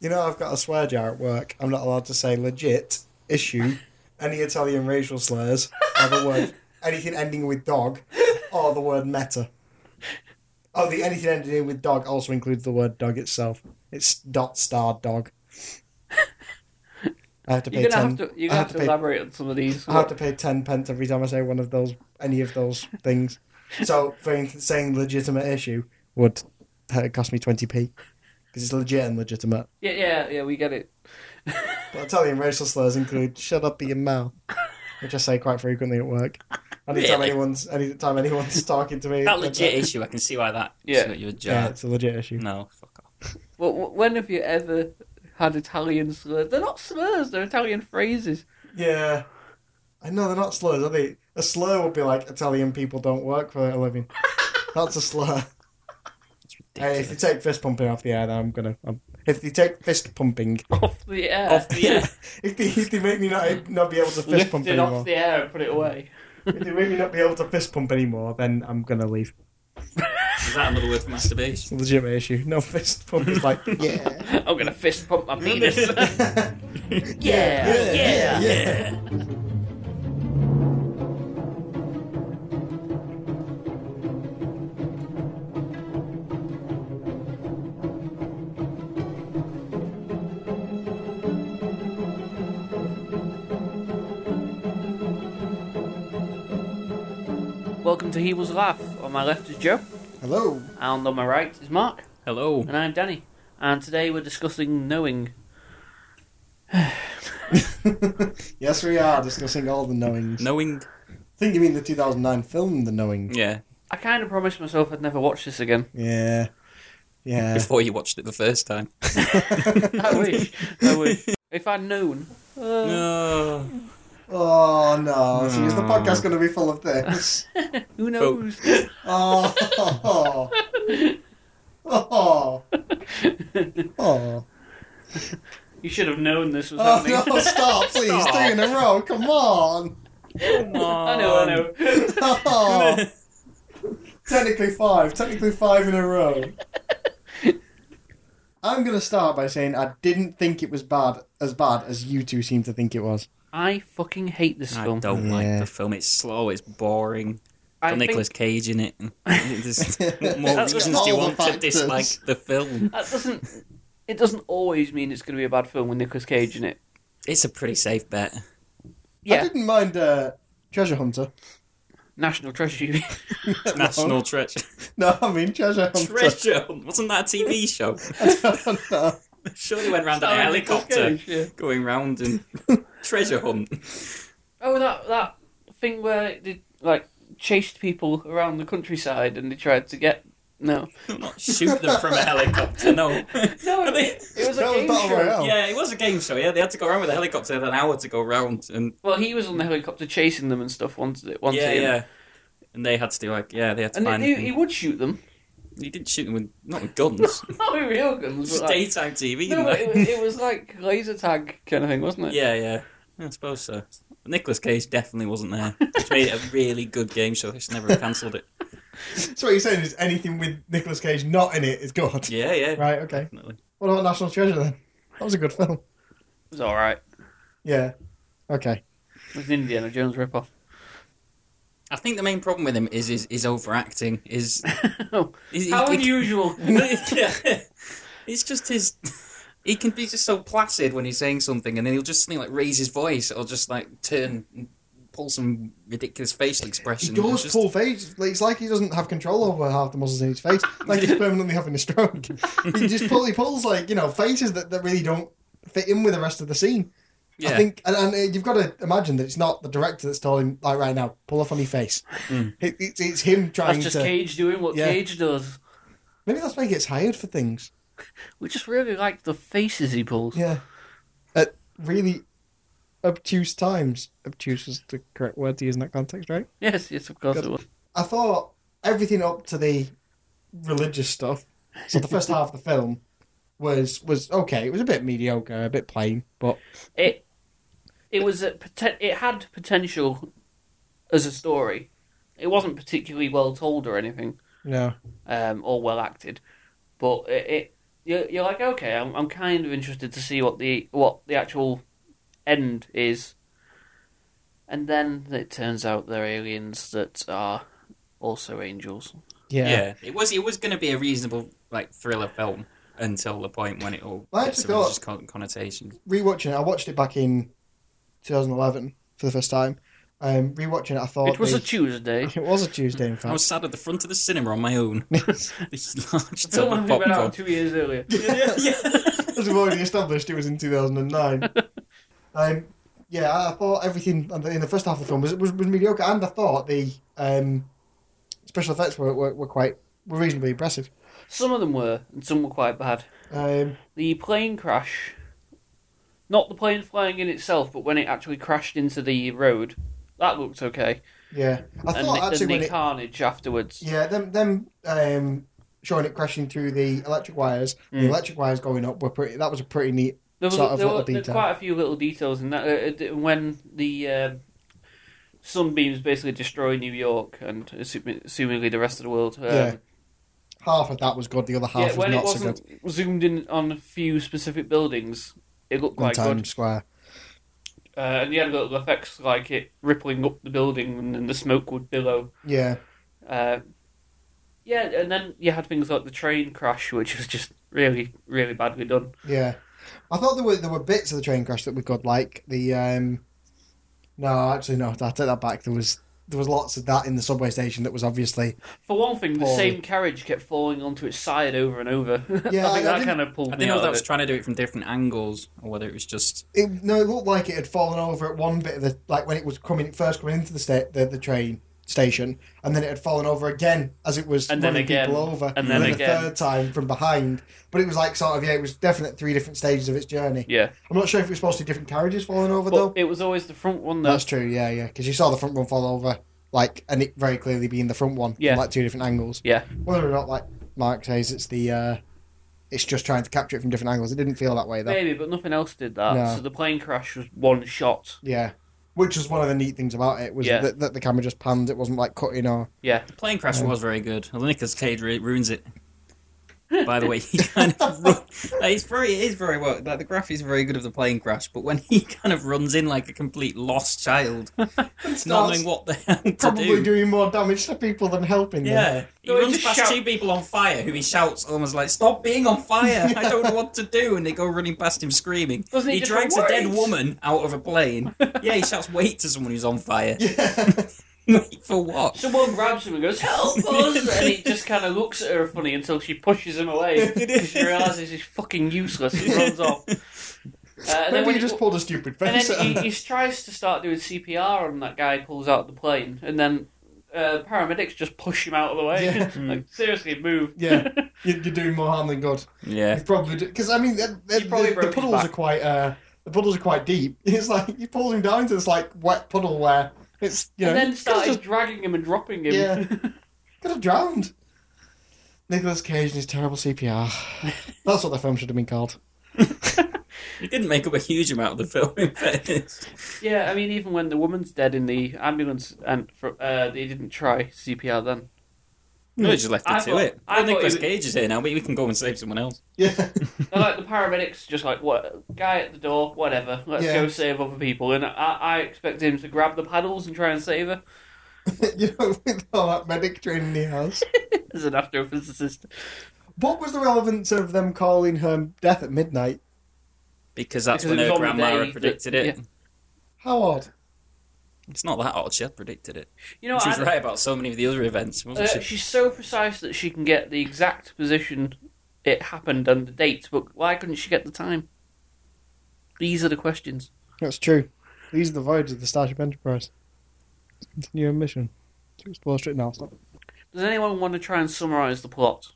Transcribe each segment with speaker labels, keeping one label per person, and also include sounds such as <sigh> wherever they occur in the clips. Speaker 1: You know, I've got a swear jar at work. I'm not allowed to say legit, issue, any Italian racial slurs, or the
Speaker 2: <laughs>
Speaker 1: word anything ending with dog, or the word meta. Oh, the anything ending with dog also includes the word dog itself. It's dot star dog. I have to pay
Speaker 2: You're gonna
Speaker 1: ten.
Speaker 2: have to you're
Speaker 1: I
Speaker 2: gonna have to
Speaker 1: pay,
Speaker 2: elaborate on some of these.
Speaker 1: I have to pay ten pence every time I say one of those, any of those things. So, for instance, saying legitimate issue would uh, cost me twenty p because it's legit and legitimate.
Speaker 2: Yeah, yeah, yeah. We get it.
Speaker 1: But Italian racial slurs include "shut up, your mouth," which I say quite frequently at work. Anytime
Speaker 3: Really?
Speaker 1: anyone's anytime
Speaker 3: <laughs>
Speaker 1: anyone's talking to me,
Speaker 3: That legit issue, I can see why that
Speaker 2: Yeah.
Speaker 3: yeah. not your
Speaker 1: Yeah,
Speaker 3: job.
Speaker 1: it's a legit issue.
Speaker 3: No, fuck off.
Speaker 2: Well, w- when have you ever had Italian slurs? They're not slurs. They're Italian phrases.
Speaker 1: Yeah, I know they're not slurs, are they? A slur would be like Italian people don't work for a living.
Speaker 3: <laughs>
Speaker 1: That's a slur.
Speaker 3: It's
Speaker 1: Hey,
Speaker 3: ridiculous.
Speaker 1: if you take fist pumping off the air, then I'm gonna. I'm, if you take fist pumping, <laughs>
Speaker 2: Off the air.
Speaker 3: Off <laughs>
Speaker 2: <laughs>
Speaker 3: the air.
Speaker 1: if they, if they make me not not be able to fist
Speaker 2: Lift
Speaker 1: pump
Speaker 2: it
Speaker 1: anymore,
Speaker 2: off the air and put it away.
Speaker 1: if they make me not be able to fist pump anymore, then I'm gonna leave.
Speaker 3: Is that another word for
Speaker 1: It's
Speaker 3: masturbation?
Speaker 1: a legitimate issue. No fist pump is
Speaker 3: <laughs>
Speaker 1: like yeah. <laughs>
Speaker 2: I'm gonna fist pump my penis. <laughs> yeah.
Speaker 1: <laughs> yeah,
Speaker 2: Welcome to He Was Laugh. On my left is Joe,
Speaker 1: Hello. <laughs>
Speaker 2: and on my right is Mark,
Speaker 3: Hello.
Speaker 2: and I'm Danny. And today we're discussing knowing.
Speaker 1: yes, we are discussing all the knowings.
Speaker 3: Knowing.
Speaker 1: I think you mean the 2009 film, The Knowing.
Speaker 3: Yeah.
Speaker 2: I kind of promised myself I'd never watch this again.
Speaker 1: Yeah.
Speaker 3: <laughs>
Speaker 1: Yeah.
Speaker 3: Before you watched it the first time.
Speaker 2: I wish.
Speaker 1: <laughs>
Speaker 2: I wish. If I'd known. Uh,
Speaker 3: No.
Speaker 1: oh, no. So is the
Speaker 3: No.
Speaker 1: podcast going to be full of this?
Speaker 2: Who knows?
Speaker 1: oh. Oh. Oh.
Speaker 2: <laughs>
Speaker 1: Oh,
Speaker 2: You should have known this was
Speaker 1: oh
Speaker 2: happening.
Speaker 1: no, stop, please.
Speaker 3: Stop.
Speaker 1: Three in a row. Come on.
Speaker 3: Come
Speaker 2: <laughs>
Speaker 3: on.
Speaker 2: I know, I know.
Speaker 1: Oh. <laughs> Technically five. Technically five in a row. I'm gonna start by saying I didn't think it was bad as bad as you two seem to think it was.
Speaker 2: <laughs> I fucking hate this
Speaker 3: I
Speaker 2: film.
Speaker 3: don't
Speaker 1: Yeah.
Speaker 3: like the film. It's slow. It's boring.
Speaker 2: I
Speaker 3: Got
Speaker 2: think-
Speaker 3: Nicolas
Speaker 1: <laughs>
Speaker 3: Cage in it. <laughs> There's what more
Speaker 1: That's
Speaker 3: reasons
Speaker 1: all
Speaker 3: do you
Speaker 1: the
Speaker 3: want to
Speaker 1: factors.
Speaker 3: dislike the film?
Speaker 2: that doesn't. It doesn't always mean it's going to be a bad film with Nicolas Cage in it.
Speaker 3: It's a pretty
Speaker 1: <laughs>
Speaker 3: safe bet.
Speaker 1: I
Speaker 2: Yeah,
Speaker 1: didn't mind uh, Treasure Hunter.
Speaker 2: National Treasure.
Speaker 3: <laughs>
Speaker 2: you mean.
Speaker 3: National Treasure.
Speaker 1: No, I mean Treasure Hunter.
Speaker 3: Treasure. Hunt. Wasn't that a TV show?
Speaker 1: <laughs> I don't know.
Speaker 3: Surely went round in a
Speaker 2: Sorry, Nicolas
Speaker 3: helicopter,
Speaker 2: Cage, yeah.
Speaker 3: going round and
Speaker 2: <laughs>
Speaker 3: treasure hunt.
Speaker 2: Oh, that that thing where they like chased people around the countryside and they tried to get no,
Speaker 3: Not shoot them from a helicopter. <laughs> No.
Speaker 2: <laughs>
Speaker 3: <laughs>
Speaker 2: no,
Speaker 3: Are they-
Speaker 2: it, it was a
Speaker 1: That was
Speaker 2: game
Speaker 1: Battle
Speaker 2: show.
Speaker 1: Royale.
Speaker 3: Yeah, it was a game show. Yeah, they had to go around with a helicopter. They had an hour to go round, and
Speaker 2: Well, he was on the helicopter chasing them and stuff. Once, once,
Speaker 3: yeah,
Speaker 2: in.
Speaker 3: yeah. And they had to do like, yeah, they had to
Speaker 2: and
Speaker 3: find.
Speaker 2: he, he would shoot them. <laughs>
Speaker 3: He didn't shoot them with not with guns.
Speaker 2: Not with real
Speaker 3: It's
Speaker 2: guns,
Speaker 3: just
Speaker 2: but like,
Speaker 3: daytime TV.
Speaker 2: no,
Speaker 3: like-
Speaker 2: it, was- it was like laser tag kind of thing, wasn't it?
Speaker 3: <laughs> Yeah, yeah. I suppose so. But Nicolas Cage definitely wasn't there,
Speaker 2: <laughs>
Speaker 3: which made it a really good game show. They should never have cancelled it.
Speaker 1: So what you're saying is anything with Nicolas Cage not in it is good.
Speaker 3: Yeah, yeah.
Speaker 1: Right. Okay.
Speaker 3: Definitely.
Speaker 1: What about National Treasure then? That was a good film.
Speaker 2: It was all right.
Speaker 1: Yeah. Okay.
Speaker 2: It was an Indiana Jones ripoff. <laughs>
Speaker 3: I think the main problem with him is his, his overacting. Is
Speaker 2: Oh,
Speaker 3: he-
Speaker 2: How <laughs>
Speaker 3: he-
Speaker 2: unusual.
Speaker 3: yeah. <laughs> It's just his. He can be just so placid when he's saying something, and then he'll just suddenly like raise his voice or just like turn, and pull some ridiculous facial
Speaker 1: He
Speaker 3: expression.
Speaker 1: does
Speaker 3: Just-
Speaker 1: pull face. like, It's like he doesn't have control over half the muscles in his face. Like he's permanently having a stroke. he just pull, he pulls like you know faces that, that really don't fit in with the rest of the scene.
Speaker 3: Yeah.
Speaker 1: I think, and, and uh, you've got to imagine that it's not the director that's telling him like right now pull a funny face. It, it's, it's him trying
Speaker 2: That's just
Speaker 1: to.
Speaker 2: Cage doing what
Speaker 1: Yeah.
Speaker 2: Cage does.
Speaker 1: Maybe that's why he gets hired for things.
Speaker 2: We just really like the faces he pulls.
Speaker 1: Yeah, at really obtuse times. Obtuse is the correct word to use in that context, right?
Speaker 2: Yes, yes, of course it was.
Speaker 1: I thought everything up to the religious stuff. So the first half of the film was was okay. It was a bit mediocre, a bit plain, but
Speaker 2: It it was a, poten- it had potential as a story. It wasn't particularly well told or anything,
Speaker 1: no.
Speaker 2: um, or well acted, but it, it you're, you're like, okay, I'm, I'm kind of interested to see what the what the actual end is, and then it turns out they're aliens that are also angels.
Speaker 3: Yeah.
Speaker 4: Yeah.
Speaker 3: It was it was going to be a reasonable like thriller film until the point when it all
Speaker 1: I
Speaker 3: gets
Speaker 1: actually
Speaker 3: a
Speaker 1: thought-
Speaker 3: religious con- connotation.
Speaker 1: Rewatching it, I watched it back in 2011 for the first time. Um, rewatching it, I thought
Speaker 2: It was
Speaker 1: the-
Speaker 2: a
Speaker 1: <laughs>
Speaker 2: Tuesday.
Speaker 1: it was a Tuesday, in
Speaker 3: I
Speaker 2: <laughs>
Speaker 3: was
Speaker 1: fact.
Speaker 3: sat at the front of the cinema on my own. <laughs> this large tub
Speaker 2: Someone
Speaker 3: of
Speaker 2: who went out
Speaker 3: popcorn.
Speaker 2: two years earlier.
Speaker 3: <laughs> yeah.
Speaker 1: As we've already established, it was in
Speaker 2: <laughs>
Speaker 1: 2009. um, yeah, I I thought everything in the- in the first half of the film was was, was mediocre, and I thought the um, special effects were, were, were quite were reasonably impressive.
Speaker 2: Some of them were, and some were quite bad.
Speaker 1: Um,
Speaker 2: The plane crash, not the plane flying in itself, but when it actually crashed into the road, that looked okay.
Speaker 1: yeah, I
Speaker 2: and
Speaker 1: thought actually
Speaker 2: the, and the
Speaker 1: when it,
Speaker 2: carnage afterwards.
Speaker 1: yeah them them um, showing it crashing through the electric wires, the
Speaker 2: Mm.
Speaker 1: electric wires going up were pretty. That was a pretty neat.
Speaker 2: There was,
Speaker 1: sort of
Speaker 2: there
Speaker 1: little
Speaker 2: were there were
Speaker 1: detail.
Speaker 2: quite a few little details in that. Uh, uh, d- when the um sunbeams basically destroy New York and assum- assumingly the rest of the world. Um,
Speaker 1: Yeah. Half of that was good, the other half
Speaker 2: yeah,
Speaker 1: was
Speaker 2: when it
Speaker 1: not so
Speaker 2: wasn't
Speaker 1: good.
Speaker 2: zoomed in on a few specific buildings, it looked
Speaker 1: In
Speaker 2: quite good.
Speaker 1: Times Square.
Speaker 2: Uh, and you had little effects like it rippling up the building and, then the smoke would billow.
Speaker 1: Yeah,
Speaker 2: Uh, yeah, and then you had things like the train crash, which was just really, really badly done.
Speaker 1: yeah. I thought there were there were bits of the train crash that we got like the um No, actually no, I take that back. There was there was lots of that in the subway station that was obviously
Speaker 2: For one thing, the
Speaker 1: Poorly.
Speaker 2: same carriage kept falling onto its side over and over. <laughs>
Speaker 1: Yeah,
Speaker 2: I think
Speaker 1: I- I
Speaker 2: that
Speaker 1: didn't-
Speaker 2: kind of pulled
Speaker 3: I
Speaker 2: me
Speaker 3: don't know
Speaker 2: out
Speaker 3: if
Speaker 2: of
Speaker 3: that was
Speaker 2: it.
Speaker 3: trying to do it from different angles or whether it was just
Speaker 1: it, no, it looked like it had fallen over at one bit of the like when it was coming first coming into the sta- the, the train station and then it had fallen over again as it was
Speaker 2: And then
Speaker 1: running
Speaker 2: again,
Speaker 1: people over
Speaker 2: and then
Speaker 1: a
Speaker 2: again.
Speaker 1: third time from behind but it was like sort of yeah it was definite three different stages of its journey
Speaker 2: Yeah,
Speaker 1: i'm not sure if it was supposed to be different carriages falling over
Speaker 2: but
Speaker 1: though
Speaker 2: it was always the front one that
Speaker 1: That's true, yeah, yeah. Because you saw the front one fall over, like, and it very clearly being the front one,
Speaker 2: Yeah.
Speaker 1: from, like two different angles.
Speaker 2: Yeah.
Speaker 1: Whether or not, like Mark says, it's the, uh it's just trying to capture it from different angles. It didn't feel that way though.
Speaker 2: maybe, but nothing else did that.
Speaker 1: No.
Speaker 2: So the plane crash was one shot.
Speaker 1: Yeah, which was one of the neat things about it was
Speaker 2: Yeah.
Speaker 1: that, that the camera just panned. It wasn't like cutting or
Speaker 3: the plane crash
Speaker 1: Yeah.
Speaker 3: was very good. Well, Nicolas Cage re- ruins it. By the way, he kind of run- like, it's very it is very well. Like the graphics is very good of the plane crash, but when he <laughs> kind of runs in like a complete lost child, not knowing what the hell to
Speaker 1: probably
Speaker 3: do.
Speaker 1: doing more damage to people than helping them.
Speaker 3: Yeah, he
Speaker 2: No, he
Speaker 3: runs
Speaker 2: just
Speaker 3: past
Speaker 2: shout-
Speaker 3: two people on fire who he shouts almost like "Stop being on fire! I don't know what to do," and they go running past him screaming.
Speaker 2: Doesn't he
Speaker 3: he
Speaker 2: just
Speaker 3: drags
Speaker 2: go,
Speaker 3: a dead
Speaker 2: "Wait!"
Speaker 3: woman out of a plane. yeah, he shouts "Wait" to someone who's on fire.
Speaker 1: <laughs> Yeah.
Speaker 3: <laughs> Wait
Speaker 2: <laughs>
Speaker 3: for what?
Speaker 2: Someone grabs him and goes,
Speaker 3: <laughs>
Speaker 2: "Help us!" and he just kind of looks at her funny until she pushes him
Speaker 3: <laughs>
Speaker 2: away because she realizes he's fucking useless and runs off. Uh, and
Speaker 1: Maybe
Speaker 2: when
Speaker 1: you
Speaker 2: he-
Speaker 1: just pulled a stupid
Speaker 2: And
Speaker 1: <laughs> face. at
Speaker 2: then
Speaker 1: them.
Speaker 2: he, he tries to start doing CPR on that guy who pulls out the plane, and then uh, paramedics just push him out of the way.
Speaker 1: Yeah.
Speaker 2: <laughs> like, seriously, move. <laughs>
Speaker 1: Yeah. You- You're doing more harm than good.
Speaker 3: Yeah,
Speaker 1: You've probably because I mean the, the,
Speaker 2: You probably
Speaker 1: the- the
Speaker 2: broke his
Speaker 1: puddles
Speaker 2: back.
Speaker 1: are quite uh, the puddles are quite deep. <laughs> It's like you pulled him down into this like wet puddle where it's you know
Speaker 2: and then
Speaker 1: could have
Speaker 2: started
Speaker 1: just
Speaker 2: dragging him and dropping him.
Speaker 1: Yeah. could have drowned. Nicholas Cage and his terrible
Speaker 2: <laughs>
Speaker 1: CPR. That's what the film should have been called. <laughs>
Speaker 3: he didn't make up a huge amount of the film. In fairness.
Speaker 2: <laughs> Yeah, I mean, even when the woman's dead in the ambulance, and fr uh, they didn't try
Speaker 1: <laughs>
Speaker 2: CPR then.
Speaker 3: No, he just left it
Speaker 2: I
Speaker 3: to
Speaker 2: thought-
Speaker 3: it.
Speaker 2: I thought
Speaker 3: Hmm. Well, Nicolas
Speaker 2: he was-
Speaker 3: Cage is here now, but we can go and save someone else.
Speaker 1: Yeah, <laughs>
Speaker 2: They're like the paramedics, just like what guy at the door, whatever. Let's
Speaker 1: Yeah.
Speaker 2: go save other people, and I, I expect him to grab the paddles and try and save her
Speaker 1: you know, with all that medic training he has.
Speaker 2: as an astrophysicist.
Speaker 1: What was the relevance of them calling her death at midnight?
Speaker 3: Because that's
Speaker 2: Because it
Speaker 3: when
Speaker 2: was
Speaker 3: her
Speaker 2: on the
Speaker 3: grandma
Speaker 2: day
Speaker 3: had predicted
Speaker 2: that-
Speaker 3: it.
Speaker 1: How odd.
Speaker 3: It's not that odd. She had predicted it.
Speaker 2: You know,
Speaker 3: she was
Speaker 2: I,
Speaker 3: right about so many of the other events, wasn't
Speaker 2: Uh,
Speaker 3: she?
Speaker 2: she's so precise that she can get the exact position it happened and the date, but why couldn't she get the time? These are the questions.
Speaker 1: That's true. These are the voyages of the Starship Enterprise. Continue a mission to explore straight now. Stop.
Speaker 2: Does anyone want to try and summarise the plot?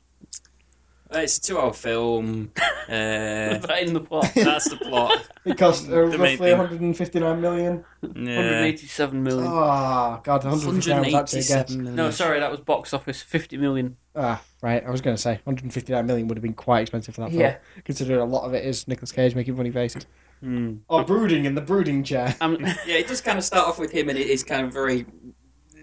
Speaker 3: Uh, it's a two-hour film.
Speaker 2: <laughs>
Speaker 3: Uh,
Speaker 2: Put <laughs> that in the plot.
Speaker 3: <laughs>
Speaker 2: <laughs>
Speaker 3: that's the plot.
Speaker 1: It cost uh,
Speaker 3: The main
Speaker 1: roughly
Speaker 3: thing.
Speaker 1: 159 million.
Speaker 3: Yeah.
Speaker 2: 187 million.
Speaker 3: Oh,
Speaker 1: Ah, God, 159 was actually a guess.
Speaker 3: 187 million.
Speaker 2: No, sorry, that was box office 50 million.
Speaker 1: Ah, right. I was going to say 159 million would have been quite expensive for that film,
Speaker 2: Yeah.
Speaker 1: considering a lot of it is Nicolas Cage making funny faces
Speaker 3: Hmm.
Speaker 1: or brooding in the brooding chair.
Speaker 3: <laughs>
Speaker 2: Um,
Speaker 3: Yeah, it does kind of start off with him, and it is kind of very.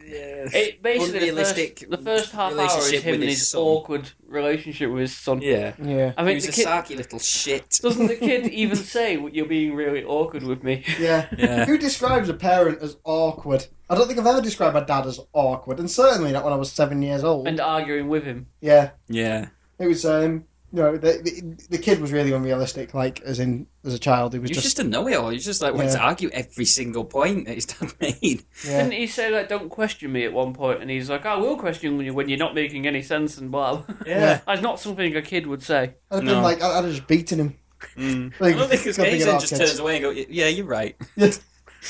Speaker 3: yes.
Speaker 2: It basically the
Speaker 3: Unrealistic
Speaker 2: first, the first half hour is
Speaker 3: relationship
Speaker 2: him
Speaker 3: with
Speaker 2: and
Speaker 3: his
Speaker 2: his
Speaker 3: son.
Speaker 2: awkward relationship with his son.
Speaker 3: yeah.
Speaker 1: Yeah.
Speaker 2: I mean,
Speaker 3: Who's
Speaker 2: the
Speaker 3: a
Speaker 2: kid,
Speaker 3: sarky little shit.
Speaker 2: doesn't the
Speaker 3: <laughs>
Speaker 2: kid even say you're being really awkward with me?
Speaker 1: Yeah.
Speaker 3: Yeah.
Speaker 1: Who describes a parent as awkward? I don't think I've ever described my dad as awkward, and certainly not when I was seven years old.
Speaker 2: and arguing with him.
Speaker 1: yeah,
Speaker 3: Yeah.
Speaker 1: it was. Um, you know, the, the the kid was really unrealistic. Like as in as a child, he was
Speaker 3: He was
Speaker 1: just,
Speaker 3: just a know-it-all. He just like went
Speaker 1: Yeah.
Speaker 3: to argue every single point that his dad <laughs> made.
Speaker 1: yeah.
Speaker 2: Didn't he say like don't question me at one point? And he's like, I will question you when you're not making any sense and blah. <laughs>
Speaker 1: Yeah.
Speaker 2: That's not something a kid would say.
Speaker 1: I'd have
Speaker 3: No.
Speaker 1: been like, I'd, I'd have just beaten him.
Speaker 3: Mm.
Speaker 1: Like,
Speaker 3: I don't think his
Speaker 1: good thing
Speaker 3: agent
Speaker 1: about
Speaker 3: just
Speaker 1: kids.
Speaker 3: turns away and goes, "Yeah,
Speaker 1: <laughs>
Speaker 3: you're right.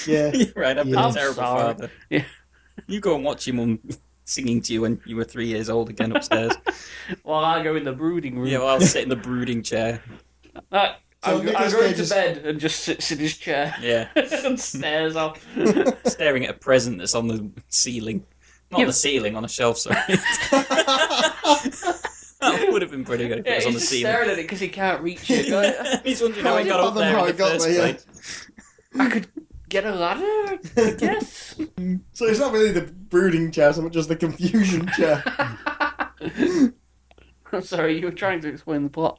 Speaker 1: Yeah,
Speaker 3: You're right. I've been
Speaker 1: Yeah.
Speaker 3: a
Speaker 1: I'm
Speaker 3: terrible
Speaker 2: sorry.
Speaker 3: father.
Speaker 2: Yeah.
Speaker 3: <laughs> You go and watch your mum <laughs> singing to you when you were three years old again
Speaker 1: <laughs>
Speaker 3: upstairs.
Speaker 2: While I go in the brooding room,
Speaker 3: yeah, well, I'll sit in the brooding chair.
Speaker 2: Like,
Speaker 1: So
Speaker 2: I, I
Speaker 1: Nicolas
Speaker 2: go
Speaker 1: Cage
Speaker 2: into
Speaker 1: is-
Speaker 2: bed and just sits in his chair <laughs>
Speaker 3: Yeah.
Speaker 2: and stares up.
Speaker 1: <laughs>
Speaker 3: Staring at a present that's on the ceiling. Not
Speaker 2: Yeah.
Speaker 3: the ceiling, on a shelf, sorry.
Speaker 1: <laughs>
Speaker 3: <laughs> that would have been pretty good if it
Speaker 2: Yeah,
Speaker 3: was
Speaker 2: he's
Speaker 3: on the
Speaker 2: just
Speaker 3: ceiling.
Speaker 2: staring at it because he can't reach it. Like,
Speaker 3: <laughs> He's wondering how
Speaker 1: Can't
Speaker 3: he got
Speaker 1: you
Speaker 3: up
Speaker 1: fathom
Speaker 3: there
Speaker 1: how
Speaker 3: in the
Speaker 1: it got
Speaker 3: first
Speaker 1: there, yeah.
Speaker 3: place.
Speaker 2: I could get a ladder,
Speaker 1: <laughs>
Speaker 2: I guess. <laughs>
Speaker 1: so it's not really the brooding chair so much as the confusion <laughs> chair.
Speaker 2: I'm sorry, you were trying to explain the plot.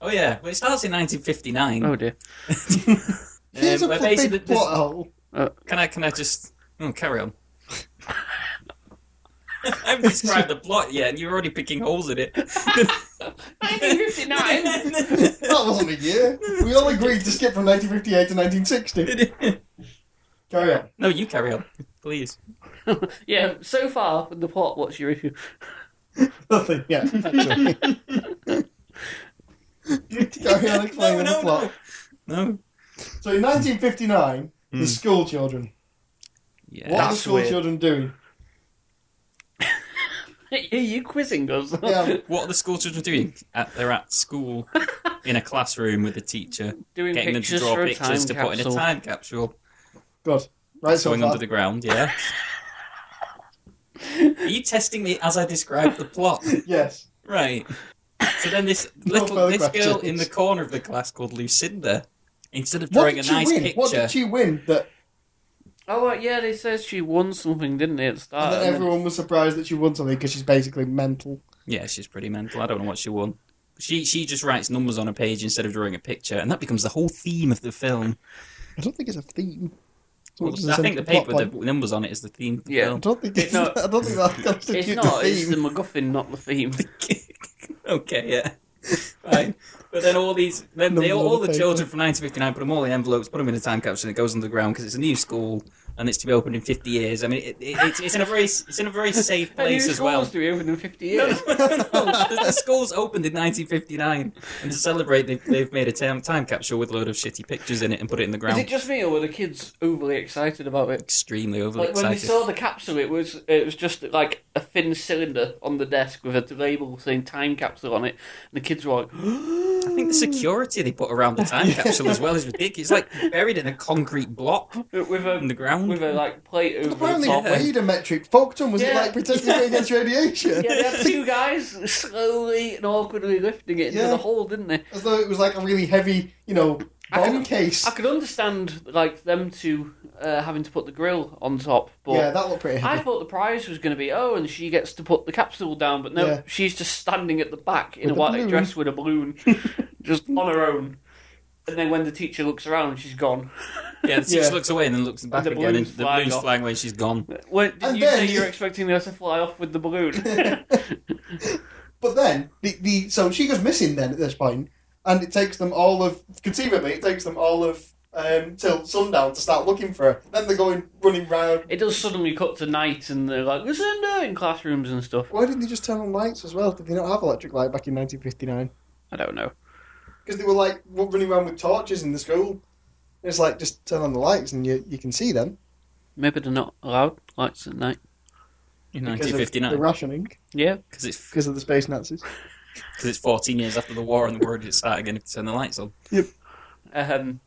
Speaker 3: Oh yeah, well it starts in 1959. <laughs>
Speaker 2: Oh dear.
Speaker 1: Here's a
Speaker 3: Um, where
Speaker 1: big
Speaker 3: basically this-
Speaker 1: plot hole.
Speaker 3: Can I? Can I just oh, carry on? <laughs> I haven't described the plot yet, and you're already picking holes
Speaker 1: <laughs>
Speaker 3: in it. <laughs>
Speaker 2: 1959.
Speaker 1: <laughs> That wasn't a year. We all agreed to skip from 1958 to 1960. Carry on.
Speaker 3: no, you carry on, please.
Speaker 2: <laughs> yeah, so far with the plot, what's your issue?
Speaker 1: <laughs>
Speaker 2: <laughs>
Speaker 1: Nothing. <laughs>
Speaker 3: <laughs>
Speaker 1: Yeah. actually. You Carry on
Speaker 3: <laughs> no,
Speaker 1: explaining the
Speaker 3: no,
Speaker 1: plot.
Speaker 3: no, no.
Speaker 1: So in 1959, the school children.
Speaker 3: Yeah.
Speaker 1: What are the
Speaker 2: That's
Speaker 1: school
Speaker 2: weird.
Speaker 1: children doing?
Speaker 2: Are you quizzing us?
Speaker 1: Yeah.
Speaker 3: What are the school children doing? At, they're at school in a classroom with a teacher,
Speaker 2: Doing
Speaker 3: getting them to
Speaker 2: pictures
Speaker 3: draw
Speaker 2: for a
Speaker 3: pictures
Speaker 2: time
Speaker 3: to put in a
Speaker 2: capsule.
Speaker 3: time capsule
Speaker 1: Good. Right, so
Speaker 3: going
Speaker 1: far.
Speaker 3: under the
Speaker 1: <laughs>
Speaker 3: ground. Yeah. are you testing me as I describe the plot?
Speaker 1: <laughs> Yes.
Speaker 3: Right. So then this
Speaker 1: <laughs> No
Speaker 3: little
Speaker 1: further
Speaker 3: this girl
Speaker 1: questions.
Speaker 3: in the corner of the class called Lucinda, instead of
Speaker 1: What
Speaker 3: drawing a
Speaker 1: did she
Speaker 3: nice
Speaker 1: win? What
Speaker 3: picture,
Speaker 1: did she win that
Speaker 2: Oh, well, yeah, they said she won something, didn't they, at
Speaker 1: and
Speaker 2: the
Speaker 3: Uh,
Speaker 2: start?
Speaker 1: that
Speaker 2: And then-
Speaker 1: everyone was surprised that she won something because she's basically mental?
Speaker 3: yeah, she's pretty mental. I don't know what she won. She she just writes numbers on a page instead of drawing a picture, and that becomes the whole theme of the film.
Speaker 1: I don't think it's a theme. So
Speaker 3: Well,
Speaker 1: what does
Speaker 3: I
Speaker 1: this
Speaker 3: think the
Speaker 1: end-
Speaker 3: paper
Speaker 1: plot
Speaker 3: with the numbers on it is the theme of the
Speaker 2: Yeah.
Speaker 1: I
Speaker 3: film.
Speaker 1: don't think
Speaker 2: It's
Speaker 1: it's,
Speaker 2: not-
Speaker 1: I don't think that constitutes
Speaker 2: It's not,
Speaker 1: the
Speaker 2: it's
Speaker 1: theme.
Speaker 2: the MacGuffin, not the theme.
Speaker 3: okay, yeah. <laughs> Fine. But then all these, then they,
Speaker 1: Numbers on
Speaker 3: all
Speaker 1: the
Speaker 3: the
Speaker 1: paper.
Speaker 3: children from 1959 put them all in envelopes, put them in a time capsule, and it goes underground because it's a new school and it's to be opened in 50 years. I mean, it, it, it's, it's in a very, it's in
Speaker 1: <laughs>
Speaker 3: a very safe
Speaker 2: How many
Speaker 3: place as well.
Speaker 2: schools do we open in 50
Speaker 3: No, <laughs>
Speaker 2: years?
Speaker 3: no, no, no. The, the school's opened in 1959, and to celebrate, they've, they've made a time, time capsule with a load of shitty pictures in it and put it in the
Speaker 2: Is
Speaker 3: ground.
Speaker 2: it just me, or were the kids overly excited about it?
Speaker 3: Extremely
Speaker 2: Like
Speaker 3: overexcited.
Speaker 2: when we saw the capsule, it was it was just like a thin cylinder on the desk with a label saying "time capsule" on it, and the kids were like, <gasps>
Speaker 3: I think the security they put around
Speaker 2: <laughs>
Speaker 3: the time capsule as well is ridiculous. It's like buried in a concrete block
Speaker 2: with
Speaker 3: in
Speaker 2: a
Speaker 3: the ground.
Speaker 2: with a like plate over
Speaker 1: Apparently,
Speaker 2: the top.
Speaker 3: Yeah.
Speaker 1: weed a metric. Folktum was it
Speaker 2: <laughs> Yeah.
Speaker 1: like protecting it against radiation?
Speaker 2: Yeah, they had
Speaker 1: <laughs>
Speaker 2: two guys slowly and awkwardly lifting it into
Speaker 1: Yeah.
Speaker 2: the hole, didn't they?
Speaker 1: As though it was like a really heavy, you know,
Speaker 2: I can-
Speaker 1: bomb case.
Speaker 2: I could understand like them two uh, having to put the grill on top, but
Speaker 1: yeah, that looked pretty
Speaker 2: I
Speaker 1: heavy.
Speaker 2: thought the prize was going to be oh, and she gets to put the capsule down, but no,
Speaker 1: Yeah.
Speaker 2: she's just standing at the back in
Speaker 1: With
Speaker 2: a
Speaker 1: a
Speaker 2: white
Speaker 1: balloon.
Speaker 2: dress with
Speaker 1: <laughs>
Speaker 2: a balloon, just on her own. And then when the teacher looks around, she's gone.
Speaker 3: Yeah, the teacher
Speaker 1: Yeah.
Speaker 3: looks away and then looks back
Speaker 2: the
Speaker 3: again, and
Speaker 2: balloon's
Speaker 3: the
Speaker 2: flying
Speaker 3: balloon's
Speaker 2: off.
Speaker 3: flying away. She's gone.
Speaker 2: When, did
Speaker 1: And
Speaker 2: you
Speaker 1: then- <laughs>
Speaker 2: say you were expecting her to fly off with the balloon?
Speaker 1: But then the, the so she goes missing then at this point, and it takes them all of conceivably it takes them all of um, till sundown to start looking for her. Then they're going running round.
Speaker 2: it does suddenly cut to night, and they're like Lucinda in classrooms and stuff.
Speaker 1: Why didn't they just turn on lights as well? Did they not have electric light back in 1959?
Speaker 2: I don't know.
Speaker 1: Because they were like w- running around with torches in the school. It's like just turn on the lights and you you can see them
Speaker 2: Maybe they're not allowed lights at night.
Speaker 3: In
Speaker 1: because of the
Speaker 3: 1959,
Speaker 1: rationing
Speaker 2: Yeah,
Speaker 3: because it's
Speaker 1: because of the space Nazis.
Speaker 3: because it's 14 years after the war, and the war did start again if you turn the lights on.
Speaker 2: Um,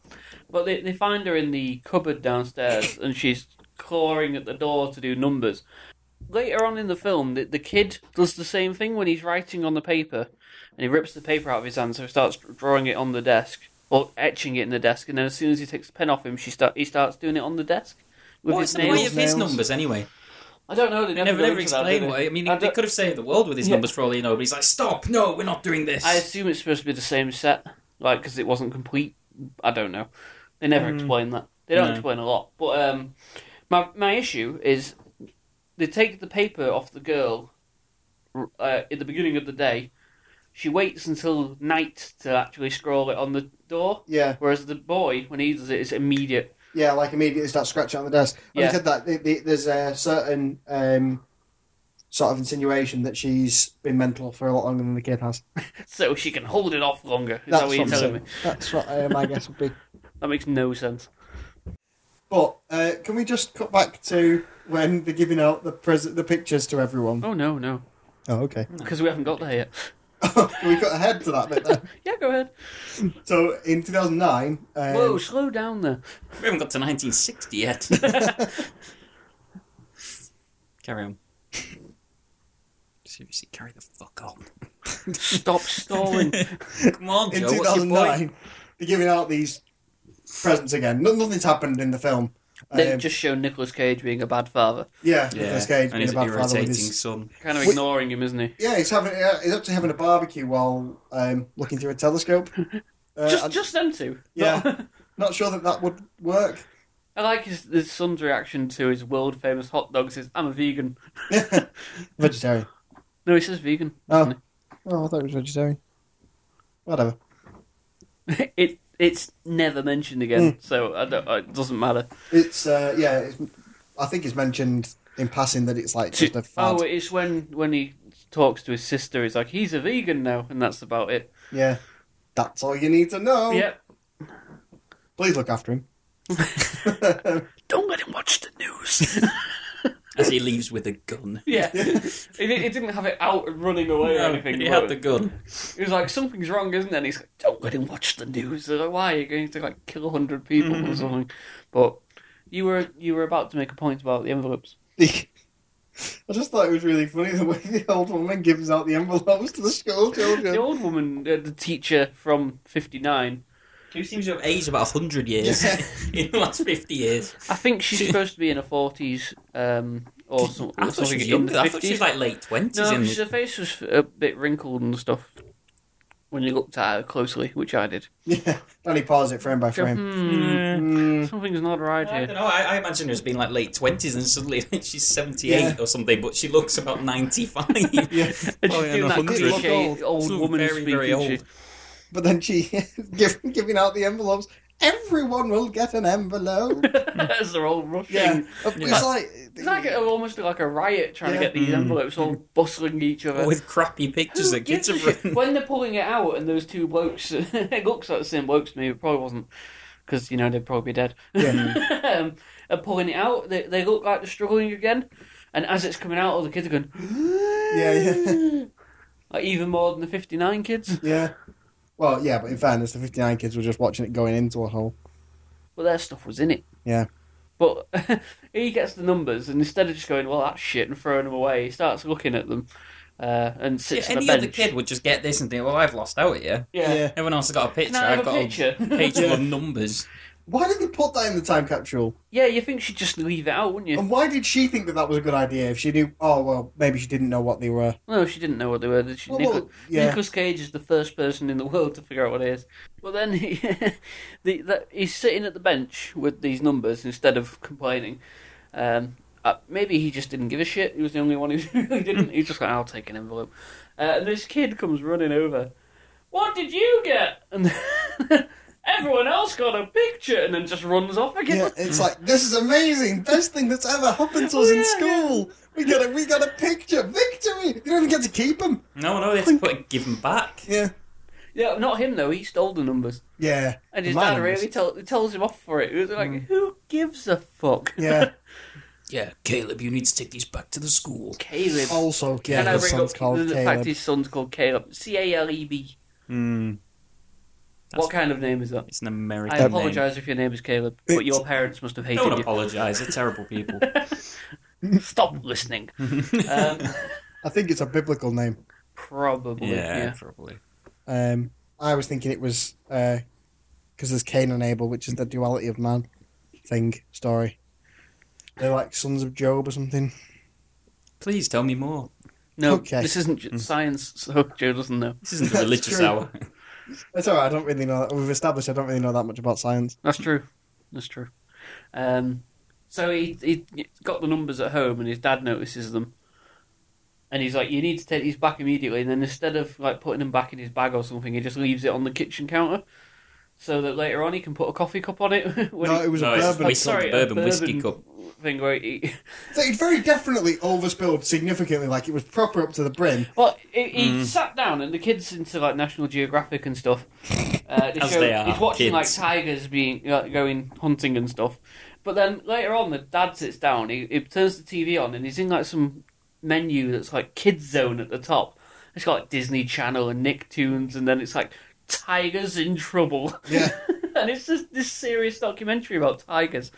Speaker 2: but they, they find her in the cupboard
Speaker 3: <coughs>
Speaker 2: downstairs, and she's clawing at the door to do numbers. Later on in the film, the, the kid does the same thing when he's writing on the paper, and he rips the paper out of his hand, so he starts drawing it on the desk or etching it in the desk. And then as soon as he takes the pen off him, she start he starts doing it on the desk with
Speaker 3: What's
Speaker 2: his
Speaker 3: the point
Speaker 2: nails.
Speaker 3: of his
Speaker 1: Nails.
Speaker 3: numbers anyway?
Speaker 2: I don't know. They
Speaker 3: They never, never explain why. I mean, he,
Speaker 2: I
Speaker 3: they
Speaker 2: don't-
Speaker 3: could have saved the world with his
Speaker 2: Yeah.
Speaker 3: numbers for all you know, but he's like, stop, no, we're not doing this.
Speaker 2: I assume it's supposed to be the same set, like because it wasn't complete. I don't know. They
Speaker 1: Hmm.
Speaker 2: never explain that. They don't
Speaker 3: No.
Speaker 2: explain a lot. But um, my my issue is they take the paper off the girl r- uh, at the beginning of the day. She waits until night to actually scroll it on the door,
Speaker 1: Yeah,
Speaker 2: whereas the boy, when he does it, it's immediate.
Speaker 1: yeah, like immediately start scratching on the desk. When
Speaker 2: Yeah.
Speaker 1: he said that, the, the, there's a certain um, sort of insinuation that she's been mental for a lot longer than the kid has.
Speaker 2: So she can hold it off longer. Is
Speaker 1: That's
Speaker 2: that what you're
Speaker 1: what I'm
Speaker 2: telling
Speaker 1: saying.
Speaker 2: me?
Speaker 1: That's what uh, my guess would be.
Speaker 2: That makes no sense.
Speaker 1: But uh, can we just cut back to when they're giving out the pres- the pictures to everyone?
Speaker 2: Oh no, no,
Speaker 1: Oh, okay. <laughs>
Speaker 2: because we haven't got there yet.
Speaker 1: can we cut ahead to that bit then?
Speaker 2: Yeah, go ahead.
Speaker 1: So in 2009, um,
Speaker 2: Whoa, slow down there.
Speaker 3: We haven't got to 1960 <laughs> yet. carry on. Seriously, carry the fuck
Speaker 1: <laughs>
Speaker 3: on.
Speaker 2: Stop stalling.
Speaker 3: Come on,
Speaker 1: in
Speaker 3: Joe. What's your
Speaker 1: 2009,
Speaker 3: point?
Speaker 1: they're giving out these presents again. No- nothing's happened in the film.
Speaker 2: They've
Speaker 1: Um,
Speaker 2: just shown Nicolas Cage being a bad father.
Speaker 1: yeah,
Speaker 3: Yeah,
Speaker 1: Nicolas Cage
Speaker 3: and
Speaker 1: being a
Speaker 3: his
Speaker 1: bad father with
Speaker 3: irritating
Speaker 1: his
Speaker 3: son.
Speaker 2: Kind of
Speaker 1: Wait.
Speaker 2: ignoring him, isn't he?
Speaker 1: Yeah, he's having uh, he's actually having a barbecue while um, looking through a telescope. Uh,
Speaker 2: <laughs> just,
Speaker 1: I'm
Speaker 2: just them two.
Speaker 1: Yeah.
Speaker 2: Not- <laughs>
Speaker 1: not sure that that would work. <laughs>
Speaker 2: I like his, his son's reaction to his world famous hot dogs. Is I'm a vegan.
Speaker 1: vegetarian.
Speaker 2: No, he says vegan. <laughs>
Speaker 1: Oh. Oh, I thought it was vegetarian. Whatever.
Speaker 2: it it's never mentioned again,
Speaker 1: Hmm.
Speaker 2: so I don't, it doesn't matter.
Speaker 1: It's uh, yeah. It's, I think it's mentioned in passing that it's like just a fad.
Speaker 2: <laughs> Oh, it's when when he talks to his sister. He's like, he's a vegan now, and that's about it.
Speaker 1: yeah, that's all you need to know.
Speaker 2: Yep.
Speaker 1: Please look after him.
Speaker 2: <laughs>
Speaker 1: <laughs>
Speaker 2: Don't let him watch the news. <laughs>
Speaker 3: As he leaves with a <laughs> gun.
Speaker 1: <laughs>
Speaker 2: yeah, he, di- he didn't have it out and running away or
Speaker 3: No,
Speaker 2: anything.
Speaker 3: he
Speaker 2: but-
Speaker 3: had the gun.
Speaker 2: He was like, something's wrong, isn't there? And he's like, don't let him watch the news. They're like, Why? You're going to like kill hundred people
Speaker 3: Mm-hmm.
Speaker 2: or something. But you were you were about to make a point about the envelopes.
Speaker 1: <laughs> I just thought it was really funny the way the old woman gives out the envelopes to the school
Speaker 2: The <laughs>
Speaker 1: children.
Speaker 2: old woman, uh, the teacher from '59,
Speaker 3: Who seems to have aged about 100 years
Speaker 1: Yeah.
Speaker 3: <laughs> in the last 50 <laughs> years.
Speaker 2: I think she's supposed to be in her 40s um, or some,
Speaker 3: I thought
Speaker 2: something
Speaker 3: she
Speaker 2: in
Speaker 3: was
Speaker 2: the
Speaker 3: younger.
Speaker 2: 50s.
Speaker 3: I thought she was like late 20s.
Speaker 2: no,
Speaker 3: in
Speaker 2: she- her face was a bit wrinkled and stuff when you looked at her closely, which I did.
Speaker 1: Yeah, Danny paused it frame by
Speaker 2: Go,
Speaker 1: frame.
Speaker 2: hmm,
Speaker 1: Mm.
Speaker 2: something's not right
Speaker 3: I
Speaker 2: here.
Speaker 3: don't know. I, I imagine her as being like late twenties, and suddenly <laughs> she's seventy-eight
Speaker 1: Yeah.
Speaker 3: or something, but she looks about ninety-five.
Speaker 1: <laughs> Yeah,
Speaker 2: <laughs> And she's
Speaker 3: Oh, yeah,
Speaker 2: doing
Speaker 3: no,
Speaker 2: that
Speaker 3: 100.
Speaker 2: cliche old
Speaker 3: Still
Speaker 2: woman
Speaker 3: very,
Speaker 2: speaking.
Speaker 3: very
Speaker 2: she-
Speaker 3: old.
Speaker 1: but then she <laughs> give, giving out the envelopes. Everyone will get an envelope.
Speaker 2: <laughs> as they're all
Speaker 1: <laughs>
Speaker 2: rushing.
Speaker 1: Yeah, it's
Speaker 3: Yeah.
Speaker 1: like
Speaker 2: It's like a, almost like a riot trying to
Speaker 1: Yeah.
Speaker 2: get these envelopes all bustling each other.
Speaker 3: <laughs> with crappy pictures
Speaker 2: Who
Speaker 3: that kids
Speaker 2: gives a
Speaker 3: have
Speaker 2: shit?
Speaker 3: written. <laughs>
Speaker 2: When they're pulling it out and those two blokes, <laughs> it looks like the same blokes to me, it probably wasn't. Because, you know, they'd probably be dead. <laughs> um, are pulling it out, they, they look like they're struggling again. And as it's coming out, all the kids are going,
Speaker 1: yeah, yeah,
Speaker 2: <laughs> like, even more than the 59 kids.
Speaker 1: yeah. Well, yeah, but in fairness, the fifty nine kids were just watching it going into a hole.
Speaker 2: Well, their stuff was in it.
Speaker 1: Yeah.
Speaker 2: But <laughs> he gets the numbers, and instead of just going, well, that's shit, and throwing them away, he starts looking at them uh, and
Speaker 3: Yeah,
Speaker 2: sits on a
Speaker 3: any
Speaker 2: bench.
Speaker 3: other kid would just get this and think, "Well, I've lost out here." <laughs>
Speaker 2: Yeah.
Speaker 1: Yeah.
Speaker 3: Everyone else has got a picture.
Speaker 2: Can I have
Speaker 3: I've
Speaker 2: a
Speaker 3: got <laughs>
Speaker 2: picture?
Speaker 3: a page full
Speaker 1: Yeah.
Speaker 3: of numbers.
Speaker 1: Why did they put that in the time capsule?
Speaker 2: Yeah, you think she'd just leave it out, wouldn't you?
Speaker 1: And why did she think that that was a good idea? If she knew, oh well, maybe she didn't know what they were.
Speaker 2: No, she didn't know what they were, did she?
Speaker 1: Well,
Speaker 2: Nicola-
Speaker 1: well, yeah.
Speaker 2: Nicolas Cage is the first person in the world to figure out what it is. Well, then he, <laughs> the, that he's sitting at the bench with these numbers instead of complaining. Um, uh, maybe he just didn't give a shit. He was the only one who <laughs> really didn't. He was just like, I'll take an envelope. Uh, and this kid comes running over. What did you get? And <laughs> everyone else got a picture and then just runs off again.
Speaker 1: Yeah, it's like this is amazing, best thing that's ever happened to us
Speaker 2: Oh,
Speaker 1: in
Speaker 2: yeah,
Speaker 1: school. We got a we got a picture, victory. You don't even get to keep them.
Speaker 3: No, no, they have to put, give them back.
Speaker 1: Yeah,
Speaker 2: yeah, not him though. He stole the numbers.
Speaker 1: yeah.
Speaker 2: And his
Speaker 1: My
Speaker 2: dad
Speaker 1: numbers.
Speaker 2: really tell, tells him off for it. He was like, "Who gives a fuck?"
Speaker 1: Hmm. Yeah.
Speaker 3: Yeah, Caleb, you need to take these back to the school.
Speaker 2: <laughs> Caleb.
Speaker 1: Also, yeah,
Speaker 2: Can I
Speaker 1: his
Speaker 2: bring up
Speaker 1: son's called
Speaker 2: the, the
Speaker 1: Caleb.
Speaker 2: fact his son's called Caleb? C A L E B.
Speaker 3: That's-
Speaker 2: What kind of name is that?
Speaker 3: Hmm, It's an American
Speaker 2: I apologise if your name is Caleb, but
Speaker 1: It's-
Speaker 2: your parents must have
Speaker 3: name.
Speaker 2: hated
Speaker 3: Don't
Speaker 2: you.
Speaker 3: apologise. They're terrible <laughs> people.
Speaker 2: Stop listening. um, <laughs>
Speaker 1: I think it's a biblical name.
Speaker 2: probably. Yeah.
Speaker 3: yeah, probably.
Speaker 1: Um, I was thinking it was because there's Cain and Abel, which is the duality of man thing story. They're like sons of Job or something.
Speaker 3: Please tell me more.
Speaker 2: No,
Speaker 1: Okay.
Speaker 2: this isn't ju- science, so <laughs> Joe doesn't know.
Speaker 3: This isn't a
Speaker 1: That's
Speaker 3: religious
Speaker 1: true.
Speaker 3: hour.
Speaker 1: That's all right. I don't really know. That. We've established I don't really know that much about science.
Speaker 2: That's true. That's true. Um, so he he got the numbers at home, and his dad notices them, and he's like, "You need to take these back immediately." And then instead of like putting them back in his bag or something, he just leaves it on the kitchen counter, so that later on he can put a coffee cup on it. <laughs> when
Speaker 1: no,
Speaker 2: he-
Speaker 1: it was
Speaker 3: No,
Speaker 1: a
Speaker 3: it's
Speaker 1: bourbon.
Speaker 2: I'm
Speaker 3: whiskey.
Speaker 2: sorry, a
Speaker 3: bourbon whiskey
Speaker 2: bourbon thing where he.
Speaker 1: So he very definitely overspilled significantly, like it was proper up to the brim.
Speaker 2: Well, he, he
Speaker 3: Mm.
Speaker 2: sat down, and the kids into like National Geographic and stuff.
Speaker 3: <laughs>
Speaker 2: Uh, they
Speaker 3: As
Speaker 2: show,
Speaker 3: they are,
Speaker 2: he's watching
Speaker 3: kids.
Speaker 2: like tigers being like, going hunting and stuff. But then later on, the dad sits down. He, he turns the TV on, and he's in like some menu that's like kids zone at the top. It's got like, Disney Channel and Nicktoons, and then it's like tigers in trouble.
Speaker 3: <laughs>
Speaker 1: Yeah.
Speaker 2: <laughs> and it's just this serious documentary about tigers.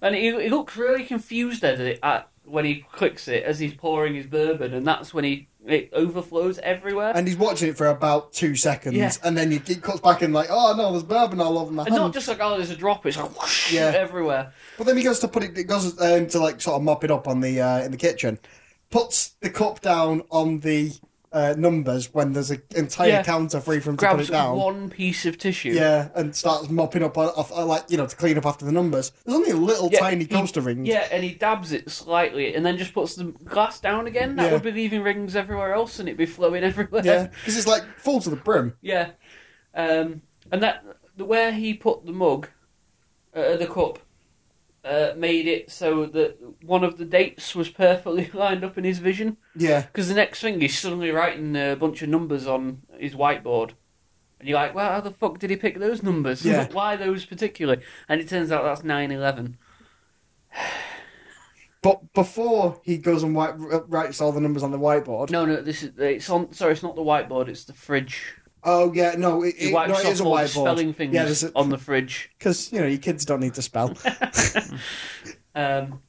Speaker 2: And he, he looks really confused at it at, when he clicks it as he's pouring his bourbon, and that's when he it overflows everywhere.
Speaker 1: <laughs>
Speaker 2: And,
Speaker 1: And he's watching it for about two seconds,
Speaker 2: Yeah.
Speaker 1: and then you- it cuts back and like, oh no, there's bourbon all over my hand.
Speaker 2: not just like oh, there's a drop; it's like whoosh,
Speaker 1: um, Yeah.
Speaker 2: everywhere.
Speaker 1: But then he goes to put it, it goes um, to like sort of mop it up on the uh, in the kitchen, puts the cup down on the uh, numbers when there's an entire
Speaker 2: Yeah.
Speaker 1: counter free for him to put
Speaker 2: Grabs
Speaker 1: it down.
Speaker 2: one piece of tissue.
Speaker 1: Yeah, and starts mopping up on, off, uh, like you know to clean up after the numbers. There's only a little
Speaker 2: Yeah,
Speaker 1: tiny
Speaker 2: he-
Speaker 1: coaster ring.
Speaker 2: Yeah, <laughs> and he dabs it slightly, and then just puts the glass down again. That
Speaker 1: Yeah.
Speaker 2: would be leaving rings everywhere else, and it'd be flowing <laughs> everywhere.
Speaker 1: yeah, because it's like full to the brim.
Speaker 2: Yeah, um, and that the where he put the mug, uh, the cup, uh, made it so that one of the dates was perfectly <laughs> lined up in his vision.
Speaker 1: Yeah,
Speaker 2: Because the next thing he's suddenly writing a bunch of numbers on his whiteboard, and you're like, "Well, how the fuck did he pick those numbers?
Speaker 1: Yeah.
Speaker 2: <laughs> Why those particularly?" And it turns out that's nine eleven.
Speaker 1: but before he goes and write, writes all the numbers on the whiteboard.
Speaker 2: No, no, this is it's on. Sorry, it's not the whiteboard. It's the fridge.
Speaker 1: Oh yeah, no, it,
Speaker 2: He
Speaker 1: it,
Speaker 2: wipes
Speaker 1: no, it
Speaker 2: off
Speaker 1: is a
Speaker 2: all the
Speaker 1: whiteboard.
Speaker 2: spelling things
Speaker 1: Yeah, there's a-
Speaker 2: on the fridge.
Speaker 1: Because you know your kids don't need to
Speaker 2: <laughs>
Speaker 1: spell.
Speaker 2: Um,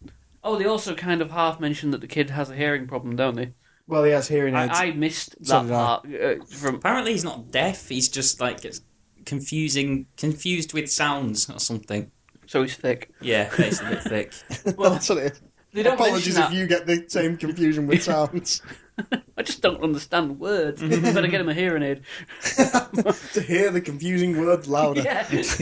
Speaker 2: oh, they also kind of half mention that the kid has a hearing problem, don't they?
Speaker 1: well, he has hearing aids.
Speaker 2: I, I missed
Speaker 1: So
Speaker 2: that
Speaker 1: did I.
Speaker 2: part uh, from.
Speaker 3: Apparently, he's not deaf. He's just like gets confusing, confused with sounds or something.
Speaker 2: So he's thick.
Speaker 3: Yeah, it's a bit thick.
Speaker 1: <laughs>
Speaker 2: Well,
Speaker 1: That's what it is.
Speaker 2: they don't
Speaker 1: Apologies
Speaker 2: mention that.
Speaker 1: if you get the same confusion
Speaker 2: <laughs>
Speaker 1: with sounds. <laughs>
Speaker 2: I just don't understand words. You
Speaker 1: Mm-hmm.
Speaker 2: better get him a
Speaker 1: <laughs>
Speaker 2: hearing aid.
Speaker 1: to hear the confusing words louder. <laughs>
Speaker 2: Yeah.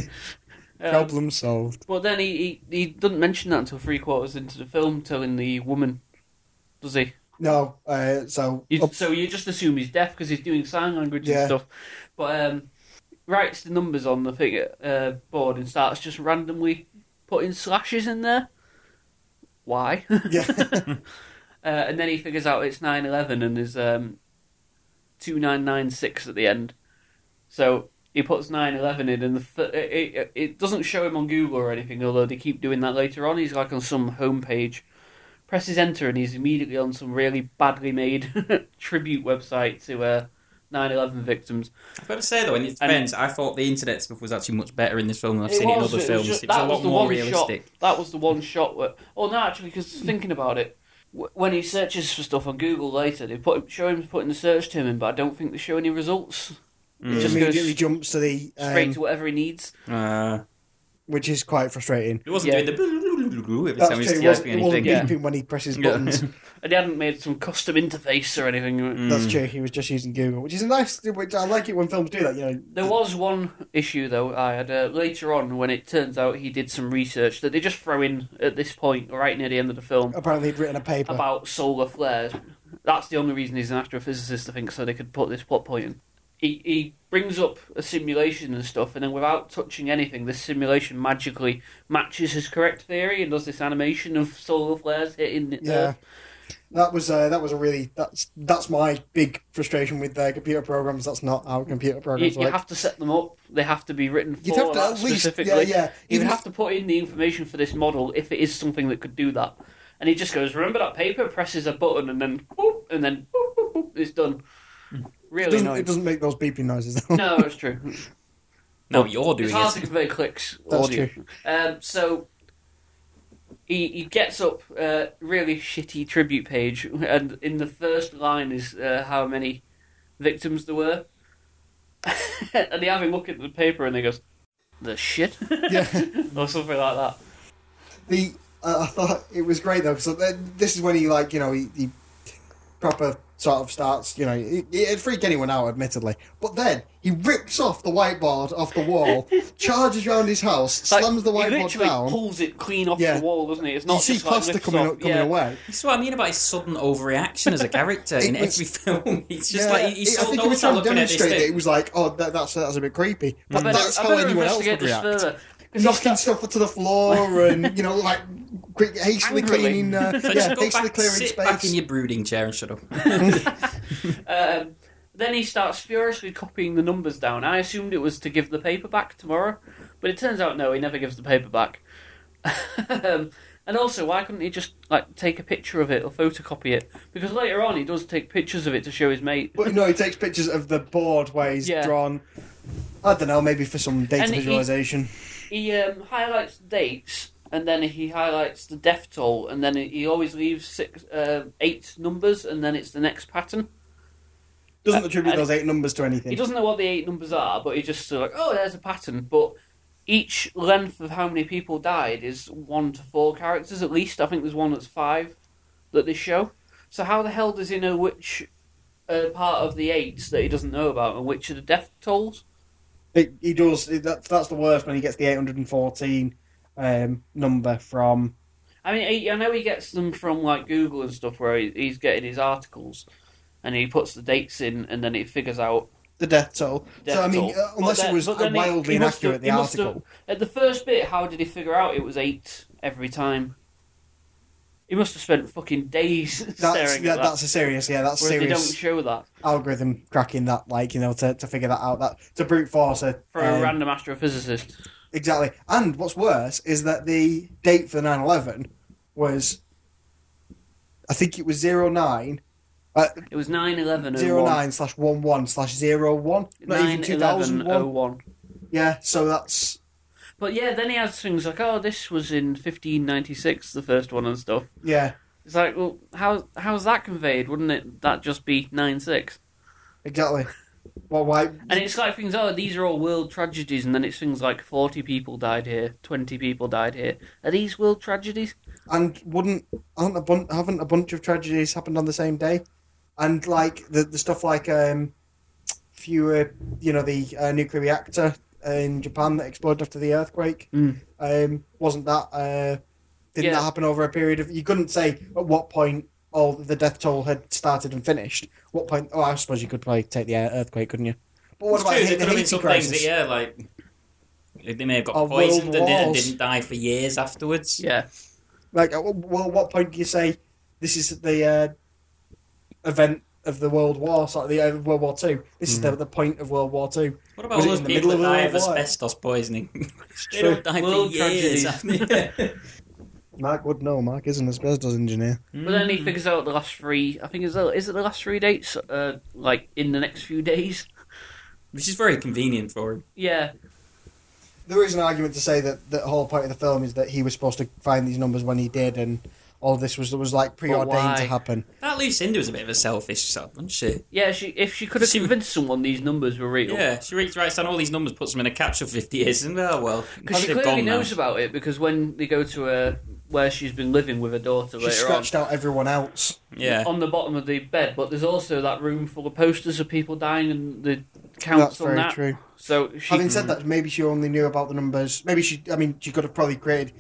Speaker 2: Um,
Speaker 1: Problem solved.
Speaker 2: Well, then he, he he doesn't mention that until three quarters into the film, telling the woman, does he?
Speaker 1: No, uh, so
Speaker 2: You,
Speaker 1: up-
Speaker 2: So you just assume he's deaf because he's doing sign language
Speaker 1: Yeah.
Speaker 2: and stuff. But um, writes the numbers on the thing uh, board and starts just randomly putting slashes in there. Why?
Speaker 1: yeah,
Speaker 2: <laughs> Uh, and then he figures out it's 911 and there's um, 2996 at the end. So he puts 911 in, and the th- it, it, it doesn't show him on Google or anything, although they keep doing that later on. He's like on some homepage. Presses enter, and he's immediately on some really badly made <laughs> tribute website to uh, 911 victims.
Speaker 3: I've got to say though, in its defence, I thought the internet stuff was actually much better in this film than I've seen it in other films.
Speaker 2: just-
Speaker 3: it was a
Speaker 2: that
Speaker 3: lot
Speaker 2: the
Speaker 3: more
Speaker 2: one
Speaker 3: realistic.
Speaker 2: Shot, that was the one shot where. Oh no, actually, because thinking about it, wh- when he searches for stuff on Google later, they put show him putting the search term in, but I don't think they show any results.
Speaker 1: he
Speaker 3: Mm.
Speaker 2: Just goes
Speaker 1: immediately jumps to the
Speaker 2: Straight
Speaker 1: um,
Speaker 2: to whatever he needs.
Speaker 3: Uh,
Speaker 1: which is quite frustrating.
Speaker 3: it wasn't
Speaker 2: Yeah.
Speaker 3: doing the every
Speaker 1: That's
Speaker 3: time he
Speaker 1: true. It was,
Speaker 3: was asking
Speaker 1: it wasn't
Speaker 3: anything.
Speaker 2: Yeah.
Speaker 1: beeping when he presses
Speaker 3: Yeah.
Speaker 1: buttons.
Speaker 2: And they hadn't made some custom interface or anything.
Speaker 3: Mm.
Speaker 1: That's true. He was just using Google, which is a nice. Which I like it when films do that. You know,
Speaker 2: There was one issue though I had uh, later on when it turns out he did some research that they just throw in at this point, right near the end of the film.
Speaker 1: apparently he'd written a paper.
Speaker 2: about solar flares. That's the only reason he's an astrophysicist, I think, so they could put this plot point in. He, he brings up a simulation and stuff, and then without touching anything, this simulation magically matches his correct theory and does this animation of solar flares hitting the
Speaker 1: yeah.
Speaker 2: Earth.
Speaker 1: That was uh, that was a really that's that's my big frustration with uh, computer programs. That's not how computer
Speaker 2: You,
Speaker 1: programs
Speaker 2: you
Speaker 1: work.
Speaker 2: have to set them up. They have to be written for
Speaker 1: You'd have to
Speaker 2: that
Speaker 1: at least,
Speaker 2: specifically.
Speaker 1: yeah, yeah.
Speaker 2: You would
Speaker 1: Even
Speaker 2: have to put in the information for this model if it is something that could do that. And he just goes, "Remember that paper?" Presses a button, and then boop, and then boop, boop, boop, it's done.
Speaker 1: it
Speaker 2: Really
Speaker 1: doesn't,
Speaker 2: annoying.
Speaker 1: Hmm. it doesn't make those beeping noises. Though.
Speaker 2: No, it's true.
Speaker 3: No, you're doing
Speaker 2: it's hard to
Speaker 3: it.
Speaker 2: convey clicks
Speaker 1: That's
Speaker 2: audio. Um, so he, he gets up a really shitty tribute page, and in the first line is uh, how many victims there were. <laughs> and they have him look at the paper and he goes, the shit? <laughs>
Speaker 1: Yeah.
Speaker 2: or something like that.
Speaker 1: <laughs> the Uh, I thought it was great though. So then, this is when he like you know he, he proper sort of starts you know it, it'd freak anyone out admittedly. But then he rips off the whiteboard off the
Speaker 2: <laughs>
Speaker 1: wall, charges round his house,
Speaker 2: Like,
Speaker 1: slams the
Speaker 2: he
Speaker 1: whiteboard
Speaker 2: literally
Speaker 1: down.
Speaker 2: pulls it clean off
Speaker 1: Yeah.
Speaker 2: the wall, doesn't he? It's
Speaker 1: you
Speaker 2: not
Speaker 1: see
Speaker 2: just like
Speaker 1: Costa
Speaker 2: lifts
Speaker 1: coming
Speaker 2: off.
Speaker 1: up, coming
Speaker 2: yeah.
Speaker 1: away.
Speaker 3: That's what I mean about his sudden
Speaker 1: <laughs>
Speaker 3: overreaction as a character in
Speaker 1: It was-
Speaker 3: every <laughs> film. It's just
Speaker 1: Yeah,
Speaker 3: like he, he
Speaker 1: I
Speaker 3: sort of
Speaker 1: think he was
Speaker 3: knows how
Speaker 1: trying to
Speaker 3: looking at this
Speaker 1: demonstrate that
Speaker 3: thing. Mm.
Speaker 1: it was like, oh, that, that's that's a bit creepy.
Speaker 2: I
Speaker 1: But
Speaker 2: better,
Speaker 1: Mm. that's
Speaker 2: I
Speaker 1: how
Speaker 2: better
Speaker 1: anyone else
Speaker 2: investigate
Speaker 1: would
Speaker 2: this
Speaker 1: react.
Speaker 2: further. 'Cause he's
Speaker 1: knocking
Speaker 2: got-
Speaker 1: stuff to the
Speaker 2: <laughs>
Speaker 1: floor and you know like quick, hastily
Speaker 2: Angrily.
Speaker 1: cleaning
Speaker 2: <laughs>
Speaker 1: uh,
Speaker 3: So
Speaker 1: yeah
Speaker 3: just go
Speaker 1: hastily
Speaker 3: back,
Speaker 1: clearing
Speaker 3: sit back in
Speaker 1: space
Speaker 3: your brooding chair and shut up.
Speaker 2: Um, then he starts furiously copying the numbers down. I assumed it was to give the paper back tomorrow, but it turns out no, he never gives the paper back. <laughs> um, and also, why couldn't he just like take a picture of it or photocopy it? Because later on, he does take pictures of it to show his mate.
Speaker 1: but no he takes pictures of the board where he's
Speaker 2: Yeah.
Speaker 1: drawn I don't know maybe for some data
Speaker 2: And he-
Speaker 1: visualization
Speaker 2: He um, highlights the dates, and then he highlights the death toll, and then he always leaves six, uh, eight numbers, and then it's the next pattern.
Speaker 1: doesn't attribute
Speaker 2: Uh, and-
Speaker 1: those eight numbers to anything
Speaker 2: He doesn't know what the eight numbers are, but he just sort of like, oh, there's a pattern. But each length of how many people died is one to four characters at least. I think there's one that's five that they show. So how the hell does he know which uh, part of the eight that he doesn't know about and which are the death tolls?
Speaker 1: It- he does it- that, that's the worst when he gets the 814 um, number from
Speaker 2: I mean, he, I know he gets them from like Google and stuff where he, he's getting his articles. And he puts the dates in, and then it figures out.
Speaker 1: the death toll
Speaker 2: Death
Speaker 1: so I mean
Speaker 2: toll.
Speaker 1: uh, unless
Speaker 2: But
Speaker 1: it
Speaker 2: then-
Speaker 1: was
Speaker 2: but then he-
Speaker 1: wildly
Speaker 2: he must
Speaker 1: inaccurate
Speaker 2: have-
Speaker 1: the
Speaker 2: he must have-
Speaker 1: article
Speaker 2: At the first bit, how did he figure out it was eight every time? He must have spent fucking days <laughs>
Speaker 1: that's,
Speaker 2: staring
Speaker 1: yeah,
Speaker 2: at that.
Speaker 1: that's a serious yeah that's
Speaker 2: whereas they
Speaker 1: serious
Speaker 2: don't show that
Speaker 1: algorithm cracking that like you know to, to figure that out that to brute force a,
Speaker 2: for
Speaker 1: um,
Speaker 2: a random astrophysicist.
Speaker 1: Exactly. And what's worse is that the date for 9 11 was, I think it was 09, uh,
Speaker 2: It was oh 9 11 01.
Speaker 1: 09 slash 11 slash 01. Not even 2001. Yeah, so that's.
Speaker 2: oh But yeah, then he has things like, oh, this was in 1596, the first one and stuff.
Speaker 1: Yeah,
Speaker 2: It's like, well, how how's that conveyed? Wouldn't it that just be 9 6?
Speaker 1: exactly. Well, why?
Speaker 2: And it's like things, oh, these are all world tragedies, and then it's things like 40 people died here, 20 people died here. Are these world tragedies?
Speaker 1: And wouldn't. Aren't a bun- haven't a bunch of tragedies happened on the same day? And like the, the stuff like. um Fewer, you know, the uh, nuclear reactor in Japan that exploded after the earthquake. um, wasn't that uh, didn't
Speaker 2: Yeah.
Speaker 1: that happen over a period of you couldn't say at what point all the death toll had started and finished what point oh I suppose you could probably take the earthquake couldn't you but what
Speaker 3: It's
Speaker 1: about
Speaker 3: true,
Speaker 1: the,
Speaker 3: there
Speaker 1: the
Speaker 3: could have been
Speaker 1: Haiti
Speaker 3: some
Speaker 1: crisis
Speaker 3: things that, yeah, like they may have got
Speaker 1: Or
Speaker 3: poisoned
Speaker 1: world
Speaker 3: and didn't,
Speaker 1: wars.
Speaker 3: didn't die for years afterwards.
Speaker 2: Yeah.
Speaker 1: like at what- well at what point do you say this is the uh, event of the World War sort of the uh, World War Two this is the, the point of World War Two
Speaker 3: What about
Speaker 1: Was it
Speaker 3: all those
Speaker 1: in the
Speaker 3: people that
Speaker 1: middle of
Speaker 3: die
Speaker 1: the
Speaker 3: of
Speaker 1: World War?
Speaker 3: asbestos poisoning? <laughs> they
Speaker 1: true.
Speaker 3: don't die
Speaker 2: World
Speaker 3: for years.
Speaker 2: tragedies.
Speaker 3: <laughs> After...
Speaker 1: Mark would know Mark is an asbestos engineer
Speaker 2: But then
Speaker 3: Hmm.
Speaker 2: he figures out the last three. I think is the- is it the last three dates? Uh, like in the next few days.
Speaker 3: Which is very convenient for him.
Speaker 2: Yeah,
Speaker 1: there is an argument to say that the whole point of the film is that he was supposed to find these numbers when he did and all this was was like preordained to
Speaker 2: why?
Speaker 1: happen
Speaker 3: That Lucinda was a bit of a selfish sub, wasn't she?
Speaker 2: yeah. She, if she could have
Speaker 3: She-
Speaker 2: convinced someone these numbers were real,
Speaker 3: Yeah, she reads writes down all these numbers, puts them in a capsule for 50 years, and oh <laughs> well.
Speaker 2: because she
Speaker 3: they've
Speaker 2: clearly
Speaker 3: gone now.
Speaker 2: knows about it. Because when they go to her where she's been living with her daughter
Speaker 1: She
Speaker 2: later on,
Speaker 1: scratched out everyone else.
Speaker 3: Yeah.
Speaker 2: on the bottom of the bed. But there's also that room full of posters of people dying and the counts on that.
Speaker 1: true.
Speaker 2: So she,
Speaker 1: Having said that, maybe she only knew about the numbers. Maybe she, I mean, she could have probably created.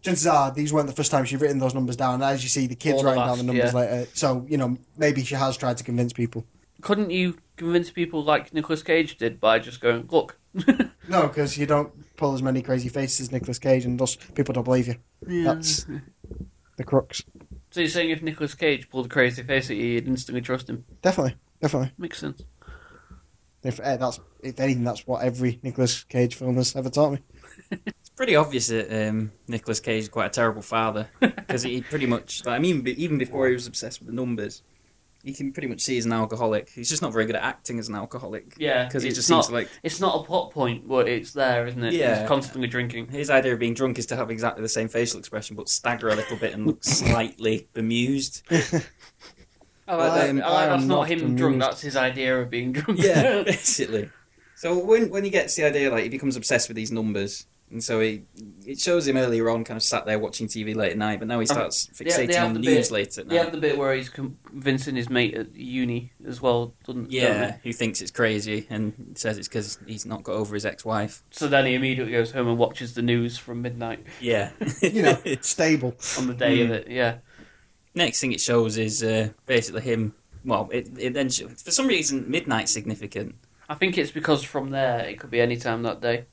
Speaker 1: Chances are these weren't the first time she'd written those numbers down. As you see, the kids
Speaker 2: All the
Speaker 1: writing down
Speaker 2: last,
Speaker 1: the numbers
Speaker 2: yeah.
Speaker 1: later. So you know, maybe she has tried to convince people.
Speaker 2: couldn't you convince people like Nicolas Cage did by just going, look. <laughs>
Speaker 1: No, because you don't pull as many crazy faces as Nicolas Cage, and thus people don't believe you. That's the crux.
Speaker 2: So you're saying if Nicolas Cage pulled a crazy face at you, you'd instantly trust him?
Speaker 1: Definitely, definitely.
Speaker 2: Makes sense.
Speaker 1: If eh, that's if anything, that's what every Nicolas Cage film has ever taught me.
Speaker 3: It's pretty obvious that um, Nicolas Cage is quite a terrible <laughs> father because he pretty much, like, I mean, be- even before he was obsessed with the numbers, you can pretty much see he's an alcoholic. He's just not very good at acting as an alcoholic.
Speaker 2: Yeah,
Speaker 3: because he
Speaker 2: it's
Speaker 3: just
Speaker 2: not-
Speaker 3: seems to, like
Speaker 2: It's not a plot point, but it's there, isn't it?
Speaker 3: Yeah.
Speaker 2: He's constantly drinking.
Speaker 3: his idea of being drunk is to have exactly the same facial expression but stagger a little bit and <laughs> look slightly bemused.
Speaker 2: Oh, I
Speaker 1: like that. I like
Speaker 2: that's
Speaker 1: I'm
Speaker 2: not
Speaker 1: not
Speaker 2: him
Speaker 1: bemused.
Speaker 2: drunk, that's his idea of being drunk.
Speaker 3: <laughs>
Speaker 2: <laughs>
Speaker 3: Yeah, basically. So when when he gets the idea, like he becomes obsessed with these numbers, And so he, it shows him earlier on, kind of sat there watching TV late at night, but now he
Speaker 2: Um,
Speaker 3: starts
Speaker 2: they have
Speaker 3: fixating on
Speaker 2: the
Speaker 3: the news
Speaker 2: bit-
Speaker 3: late at
Speaker 2: They have
Speaker 3: night.
Speaker 2: the bit where he's convincing his mate at uni as well, doesn't
Speaker 3: Yeah,
Speaker 2: don't they?
Speaker 3: who thinks it's crazy and says it's because he's not got over his ex-wife.
Speaker 2: So then he immediately goes home and watches the news from midnight
Speaker 3: <laughs> Yeah,
Speaker 1: <laughs> You know, stable.
Speaker 2: on the day
Speaker 3: Hmm.
Speaker 2: of it. Yeah,
Speaker 3: next thing it shows is uh, basically him. Well, it, it then sho- for some reason midnight's significant.
Speaker 2: I think it's because from there it could be any time that day.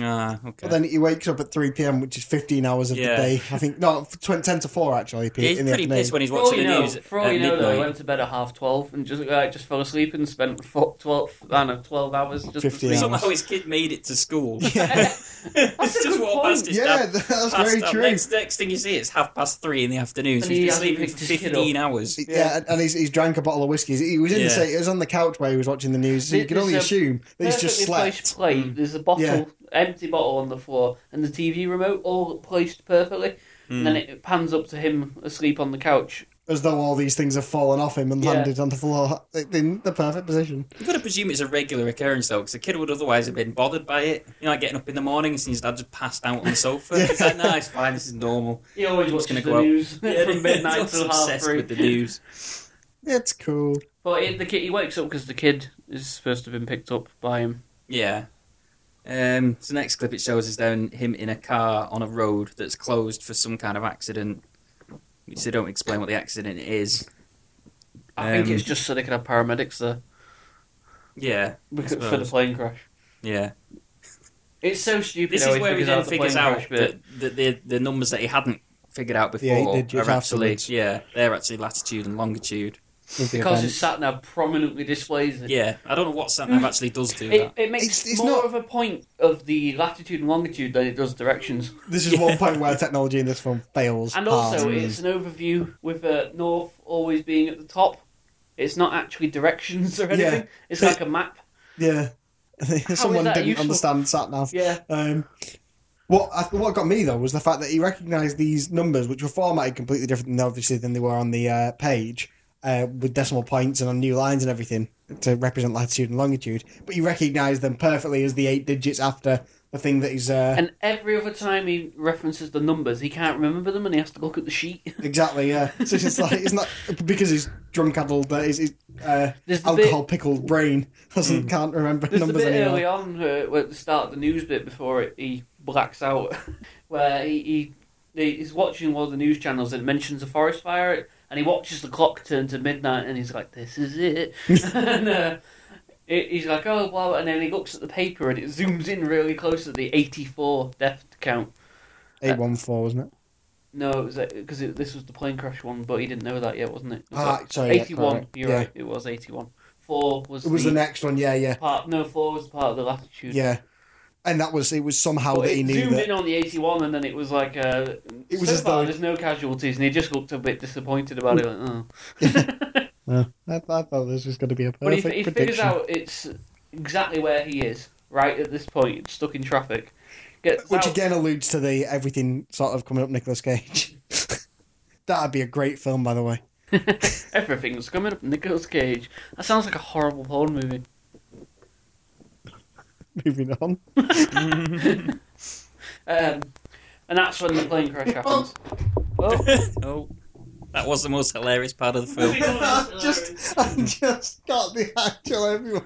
Speaker 3: Ah, okay.
Speaker 1: But then he wakes up at 3 p.m., which is 15 hours of
Speaker 3: Yeah.
Speaker 1: the day. I think, no, 20, 10 to 4, actually, in
Speaker 3: Yeah, he's
Speaker 1: the
Speaker 3: pretty
Speaker 1: afternoon.
Speaker 3: pissed when he's
Speaker 2: For all
Speaker 3: watching
Speaker 2: you
Speaker 3: the
Speaker 2: know,
Speaker 3: news
Speaker 2: for all
Speaker 3: at
Speaker 2: you know, though, he went
Speaker 3: midnight.
Speaker 2: to bed at half twelve and just uh, just fell asleep and spent fo- twelve, I don't know, twelve hours just
Speaker 1: 50
Speaker 2: asleep.
Speaker 1: hours.
Speaker 3: Somehow his kid made it to school. <laughs>
Speaker 2: <laughs>
Speaker 1: Yeah,
Speaker 2: That's
Speaker 3: It's
Speaker 2: a
Speaker 3: just
Speaker 2: good
Speaker 3: walked
Speaker 2: point.
Speaker 3: past his
Speaker 1: yeah <laughs>
Speaker 3: dad.
Speaker 1: that's
Speaker 3: past
Speaker 1: very
Speaker 3: dad.
Speaker 1: true.
Speaker 3: Next, next thing you see, it's half past three in the afternoon. So
Speaker 2: And
Speaker 3: he's
Speaker 2: he
Speaker 3: been
Speaker 2: hasn't
Speaker 3: sleeping
Speaker 2: picked
Speaker 3: for
Speaker 2: his kid
Speaker 3: fifteen hours.
Speaker 1: Yeah,
Speaker 2: Yeah.
Speaker 1: and- and he's, he's drank a bottle of whiskey. He was in
Speaker 3: Yeah.
Speaker 1: the state, he was on the couch where he was watching the news. So you
Speaker 2: This
Speaker 1: can only
Speaker 2: is a
Speaker 1: assume that he's just
Speaker 2: Perfectly
Speaker 1: slept.
Speaker 2: placed plate. There's a bottle,
Speaker 1: Yeah.
Speaker 2: empty bottle on the floor, and the TV remote all placed perfectly.
Speaker 3: Hmm.
Speaker 2: And then it pans up to him asleep on the couch.
Speaker 1: as though all these things have fallen off him and
Speaker 2: Yeah.
Speaker 1: landed on the floor in the perfect position.
Speaker 3: You've got to presume it's a regular occurrence though, because the kid would otherwise have been bothered by it. You know, like getting up in the morning and seeing his dad just passed out on the sofa. He's like, "Nah, it's fine. This is
Speaker 2: <laughs>
Speaker 3: normal."
Speaker 2: He always
Speaker 3: He's
Speaker 2: watches
Speaker 3: gonna
Speaker 2: the
Speaker 3: go
Speaker 2: <laughs>
Speaker 3: out.
Speaker 2: news
Speaker 3: Yeah, <laughs>
Speaker 2: from
Speaker 3: he's
Speaker 2: midnight
Speaker 3: also
Speaker 2: till half
Speaker 3: obsessed
Speaker 2: three.
Speaker 3: with the news.
Speaker 1: It's cool.
Speaker 2: But it, the kid, he wakes up because the kid is supposed to have been picked up by him.
Speaker 3: Yeah. Um, so next clip it shows is then him in a car on a road that's closed for some kind of accident. Which they don't explain what the accident is.
Speaker 2: I
Speaker 3: Um,
Speaker 2: think it's just so they can have paramedics there
Speaker 3: Yeah,
Speaker 2: because, for the
Speaker 3: suppose.
Speaker 2: plane crash.
Speaker 3: yeah.
Speaker 2: It's so stupid.
Speaker 3: This
Speaker 2: how
Speaker 3: is
Speaker 2: he
Speaker 3: where he
Speaker 2: figures
Speaker 3: then
Speaker 2: out the
Speaker 3: figures
Speaker 2: plane
Speaker 3: out
Speaker 2: crash bit.
Speaker 3: that, that the the numbers that he hadn't figured out
Speaker 1: Yeah, he
Speaker 3: before
Speaker 1: did just
Speaker 3: are actually
Speaker 1: afterwards.
Speaker 3: yeah they're actually latitude and longitude.
Speaker 2: because his sat nav prominently displays it.
Speaker 3: Yeah, I don't know what
Speaker 2: Mm.
Speaker 3: satnav actually does do
Speaker 2: It,
Speaker 3: that.
Speaker 2: it makes
Speaker 1: It's- it's
Speaker 2: more
Speaker 1: not-
Speaker 2: of a point of the latitude and longitude than it does directions.
Speaker 1: this is
Speaker 3: Yeah.
Speaker 1: one point where technology in this film fails.
Speaker 2: And also,
Speaker 1: hard.
Speaker 2: it's an overview with uh, North always being at the top. It's not actually directions or anything.
Speaker 1: Yeah.
Speaker 2: It's like a map.
Speaker 1: yeah, <laughs> someone
Speaker 2: that
Speaker 1: didn't
Speaker 2: useful?
Speaker 1: understand sat nav.
Speaker 2: Yeah.
Speaker 1: Um, what I, what got me though was the fact that he recognised these numbers, which were formatted completely different, than obviously than they were on the uh, page, uh, with decimal points and on new lines and everything to represent latitude and longitude. But he recognised them perfectly as the eight digits after the thing that he's uh,
Speaker 2: And every other time he references the numbers, he can't remember them and he has to look at the sheet. <laughs>
Speaker 1: Exactly, yeah. So it's just like it's not because he's drunk addled that his, his uh,
Speaker 2: There's the
Speaker 1: alcohol pickled brain <laughs> doesn't can't remember
Speaker 2: Mm. There's the
Speaker 1: numbers
Speaker 2: bit
Speaker 1: anymore.
Speaker 2: early on uh, at the start of the news bit before it, he blacks out, <laughs> where he, he he's watching one of the news channels and it mentions a forest fire, and he watches the clock turn to midnight, and he's like, "This
Speaker 1: <laughs>
Speaker 2: is it." <laughs> and uh, it, he's like, "Oh, blah, blah," and then he looks at the paper and it zooms in really close to the 84 death count.
Speaker 1: Eight one four, wasn't it?
Speaker 2: No, it was because it, this was the plane crash one, but he didn't know that yet, wasn't it? It was
Speaker 1: Ah,
Speaker 2: like
Speaker 1: sorry, yeah,
Speaker 2: 81.
Speaker 1: correct.
Speaker 2: You're
Speaker 1: Yeah.
Speaker 2: right. It was 81. Four was,
Speaker 1: It was the next one, yeah, yeah,
Speaker 2: part. No, four was part of the latitude.
Speaker 1: yeah. And that was it was somehow
Speaker 2: But
Speaker 1: that he
Speaker 2: it
Speaker 1: knew
Speaker 2: zoomed
Speaker 1: that
Speaker 2: in on the 81 and then it was like uh,
Speaker 1: It was
Speaker 2: so
Speaker 1: as
Speaker 2: far
Speaker 1: though-
Speaker 2: there's no casualties and he just looked a bit disappointed about it like, oh.
Speaker 1: <laughs>
Speaker 2: <laughs>
Speaker 1: Yeah. I, I thought this was going to be a
Speaker 2: but he,
Speaker 1: perfect
Speaker 2: he figures
Speaker 1: prediction.
Speaker 2: out it's exactly where he is right at this point stuck in traffic Gets
Speaker 1: Which
Speaker 2: out-
Speaker 1: again alludes to the everything sort of coming up Nicolas Cage. <laughs> That'd be a great film, by the way.
Speaker 2: <laughs> everything's coming up Nicolas Cage that sounds like a horrible porn movie
Speaker 1: Moving on.
Speaker 2: um, and that's when the plane crash happens
Speaker 3: <laughs>
Speaker 2: oh.
Speaker 3: oh, that was the most hilarious part of the film.
Speaker 1: <laughs> just, I just got the actual everyone.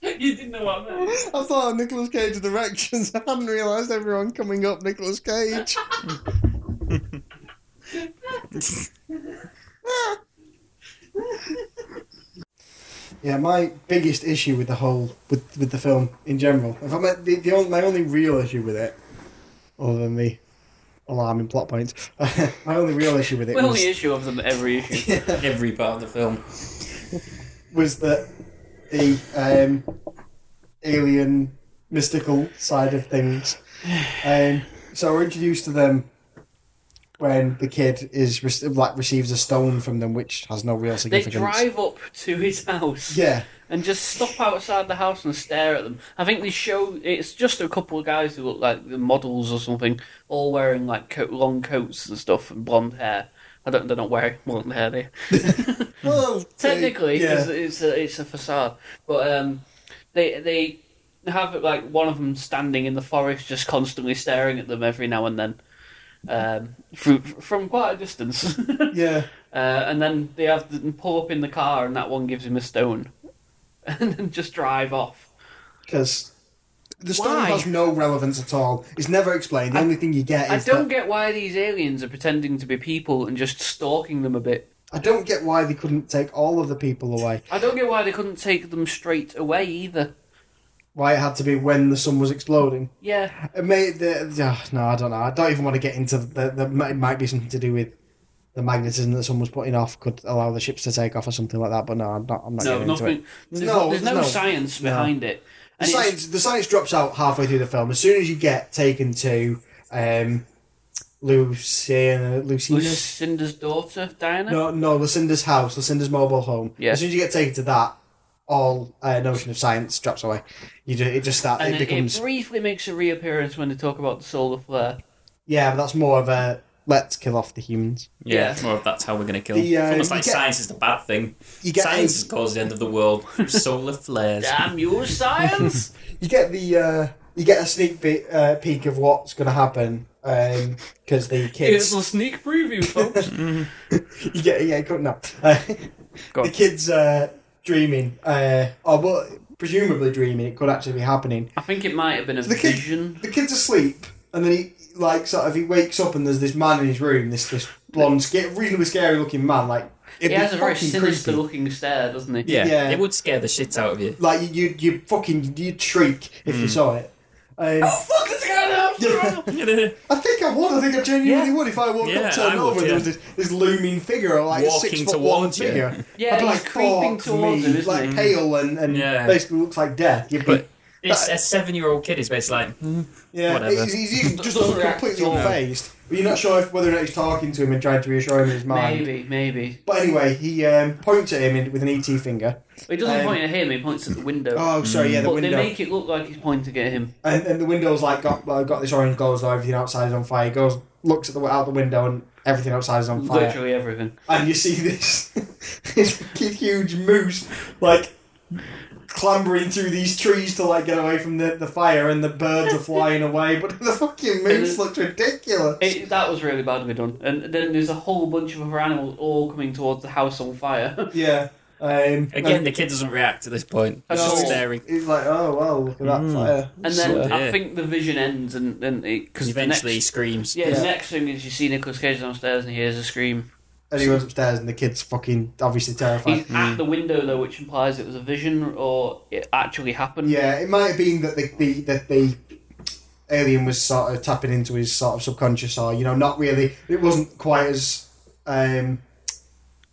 Speaker 2: you didn't know what I meant
Speaker 1: I thought Nicholas Cage directions. <laughs> I hadn't realised everyone coming up Nicholas Cage. yeah, my biggest issue with the whole with with the film in general. If I'm the, the only, my only real issue with it, other than the alarming plot points, <laughs> my only real issue with it
Speaker 2: the
Speaker 1: was
Speaker 2: only issue of them every issue
Speaker 1: <laughs>
Speaker 3: Every part of the film.
Speaker 1: was that the um, alien mystical side of things. Um, so we're introduced to them when the kid is re- like receives a stone from them, which has no real
Speaker 2: they
Speaker 1: significance.
Speaker 2: drive up to his house
Speaker 1: Yeah,
Speaker 2: and just stop outside the house and stare at them. I think they show it's just a couple of guys who look like the models or something, all wearing like coat, long coats and stuff and blonde hair. I don't, they're not wearing blonde hair. They
Speaker 1: well,
Speaker 2: technically
Speaker 1: yeah.
Speaker 2: it's, it's a it's a facade, but um, they they have it like one of them standing in the forest, just constantly staring at them every now and then, um, from from quite a distance. <laughs> uh,
Speaker 1: Yeah.
Speaker 2: and then they have them pull up in the car, and that one gives him a stone, <laughs> and then just drive off.
Speaker 1: Because the story
Speaker 2: Why?
Speaker 1: has no relevance at all. It's never explained. The only thing you get
Speaker 2: I
Speaker 1: is
Speaker 2: don't
Speaker 1: that-
Speaker 2: get why these aliens are pretending to be people and just stalking them a bit.
Speaker 1: I don't get why they couldn't take all of the people away.
Speaker 2: I don't get why they couldn't take them straight away either.
Speaker 1: Why it had to be when the sun was exploding.
Speaker 2: Yeah,
Speaker 1: It may, the, ah, no, I don't know. I don't even want to get into the, the. It might be something to do with the magnetism that someone was putting off could allow the ships to take off or something like that. But no, I'm not. I'm not
Speaker 2: no,
Speaker 1: getting into it.
Speaker 2: nothing. There's
Speaker 1: No,
Speaker 2: no, there's no,
Speaker 1: no.
Speaker 2: science behind it.
Speaker 1: The
Speaker 2: And it's-
Speaker 1: science, the science drops out halfway through the film. As soon as you get taken to um, Luciana, Lucina's,
Speaker 2: Lucinda's daughter, Diana.
Speaker 1: no, no, Lucinda's house, Lucinda's mobile home.
Speaker 2: Yeah.
Speaker 1: As soon as you get taken to that, all uh, notion of science drops away. You do, it just starts.
Speaker 2: and
Speaker 1: It
Speaker 2: it,
Speaker 1: becomes
Speaker 2: it briefly makes a reappearance when they talk about the solar flare.
Speaker 1: yeah, but that's more of a let's kill off the humans.
Speaker 2: Yeah.
Speaker 3: Yeah, well, that's how we're going to kill.
Speaker 1: The,
Speaker 3: them.
Speaker 1: uh,
Speaker 3: it's almost
Speaker 1: you
Speaker 3: like
Speaker 1: get-
Speaker 3: science is the bad thing.
Speaker 1: You get
Speaker 3: science
Speaker 1: a-
Speaker 3: has caused the end of the world.
Speaker 1: <laughs>
Speaker 3: Solar flares.
Speaker 2: Damn you, science!
Speaker 1: you get the uh, you get a sneak peek, uh, peek of what's going to happen because
Speaker 2: <laughs>
Speaker 1: the
Speaker 2: Here's
Speaker 1: kids
Speaker 2: a sneak
Speaker 1: <laughs>
Speaker 2: preview, folks.
Speaker 1: you get <laughs> yeah go, no <laughs> Uh,
Speaker 3: Go
Speaker 1: the
Speaker 3: on.
Speaker 1: kids uh, dreaming uh, or well, presumably dreaming it could actually be happening.
Speaker 2: I think it might have been a
Speaker 1: The kid-
Speaker 2: vision.
Speaker 1: The kid's asleep and then he like sort of he wakes up and there's this man in his room this this blonde sca- really scary looking man like it'd
Speaker 2: He
Speaker 1: be
Speaker 2: has a very
Speaker 1: fucking
Speaker 2: sinister
Speaker 1: creepy.
Speaker 2: looking stare, doesn't he?
Speaker 3: Yeah,
Speaker 1: Yeah.
Speaker 3: it would scare the shit out of
Speaker 1: <laughs>
Speaker 3: you. <laughs>
Speaker 1: like you you you'd fucking you'd shriek if you saw it. Um,
Speaker 2: Fuck, it's going
Speaker 1: Yeah.
Speaker 2: on!
Speaker 1: I think I would. I think I genuinely
Speaker 2: Yeah.
Speaker 1: would if I woke
Speaker 3: Yeah,
Speaker 1: up, turned
Speaker 3: I would,
Speaker 1: over, and there
Speaker 3: yeah.
Speaker 1: was this, this looming figure, like
Speaker 3: Walking
Speaker 1: a six foot
Speaker 3: towards
Speaker 1: one
Speaker 3: you.
Speaker 1: figure.
Speaker 2: Yeah,
Speaker 1: I'd be
Speaker 2: he's
Speaker 1: like,
Speaker 2: creeping
Speaker 1: "Fuck
Speaker 2: towards
Speaker 1: me,"
Speaker 2: him, isn't
Speaker 1: like
Speaker 2: he?
Speaker 1: pale and, and
Speaker 3: Yeah.
Speaker 1: basically looks like death. You'd be,
Speaker 3: But it's, a seven-year-old kid is basically like, "Hmm,
Speaker 1: yeah,
Speaker 3: whatever.
Speaker 1: he's, he's
Speaker 3: <laughs>
Speaker 1: even just
Speaker 2: Doesn't react
Speaker 1: completely
Speaker 2: at all.
Speaker 1: unfazed. But you're not sure if whether or not he's talking to him and trying to reassure him in his mind.
Speaker 2: Maybe, maybe.
Speaker 1: But anyway, he um, points at him in, with an ET finger.
Speaker 2: He doesn't
Speaker 1: Um,
Speaker 2: point at him, he points at the window.
Speaker 1: Oh, sorry, yeah, the
Speaker 2: but
Speaker 1: window.
Speaker 2: they make it look like he's pointing at him.
Speaker 1: And, and the window's like got uh, got this orange glow, so everything outside is on fire. He goes, looks at the out the window, and everything outside is on fire.
Speaker 2: Literally everything.
Speaker 1: and you see this <laughs> this fucking huge moose like clambering through these trees to like get away from the, the fire and the birds are flying away but <laughs> the fucking moose looks ridiculous
Speaker 2: It, that was really badly done. And then there's a whole bunch of other animals all coming towards the house on fire.
Speaker 1: <laughs>
Speaker 2: <laughs>
Speaker 1: yeah um,
Speaker 3: Again,
Speaker 1: and-
Speaker 3: the kid doesn't react at this point. He's
Speaker 2: No.
Speaker 3: just staring.
Speaker 1: it's like oh well look at that fire
Speaker 2: Mm. And then
Speaker 3: Sort of,
Speaker 2: I
Speaker 3: yeah.
Speaker 2: think the vision ends, and and because
Speaker 3: Eventually, he
Speaker 2: next,
Speaker 3: screams.
Speaker 2: yeah,
Speaker 1: Yeah.
Speaker 2: the next thing is you see Nicolas Cage downstairs and he hears a scream.
Speaker 1: and he runs upstairs and the kid's fucking obviously terrified
Speaker 2: He's at the window though, which implies it was a vision or it actually happened.
Speaker 1: yeah it might have been that the, the that the alien was sort of tapping into his sort of subconscious or you know not really it wasn't quite as um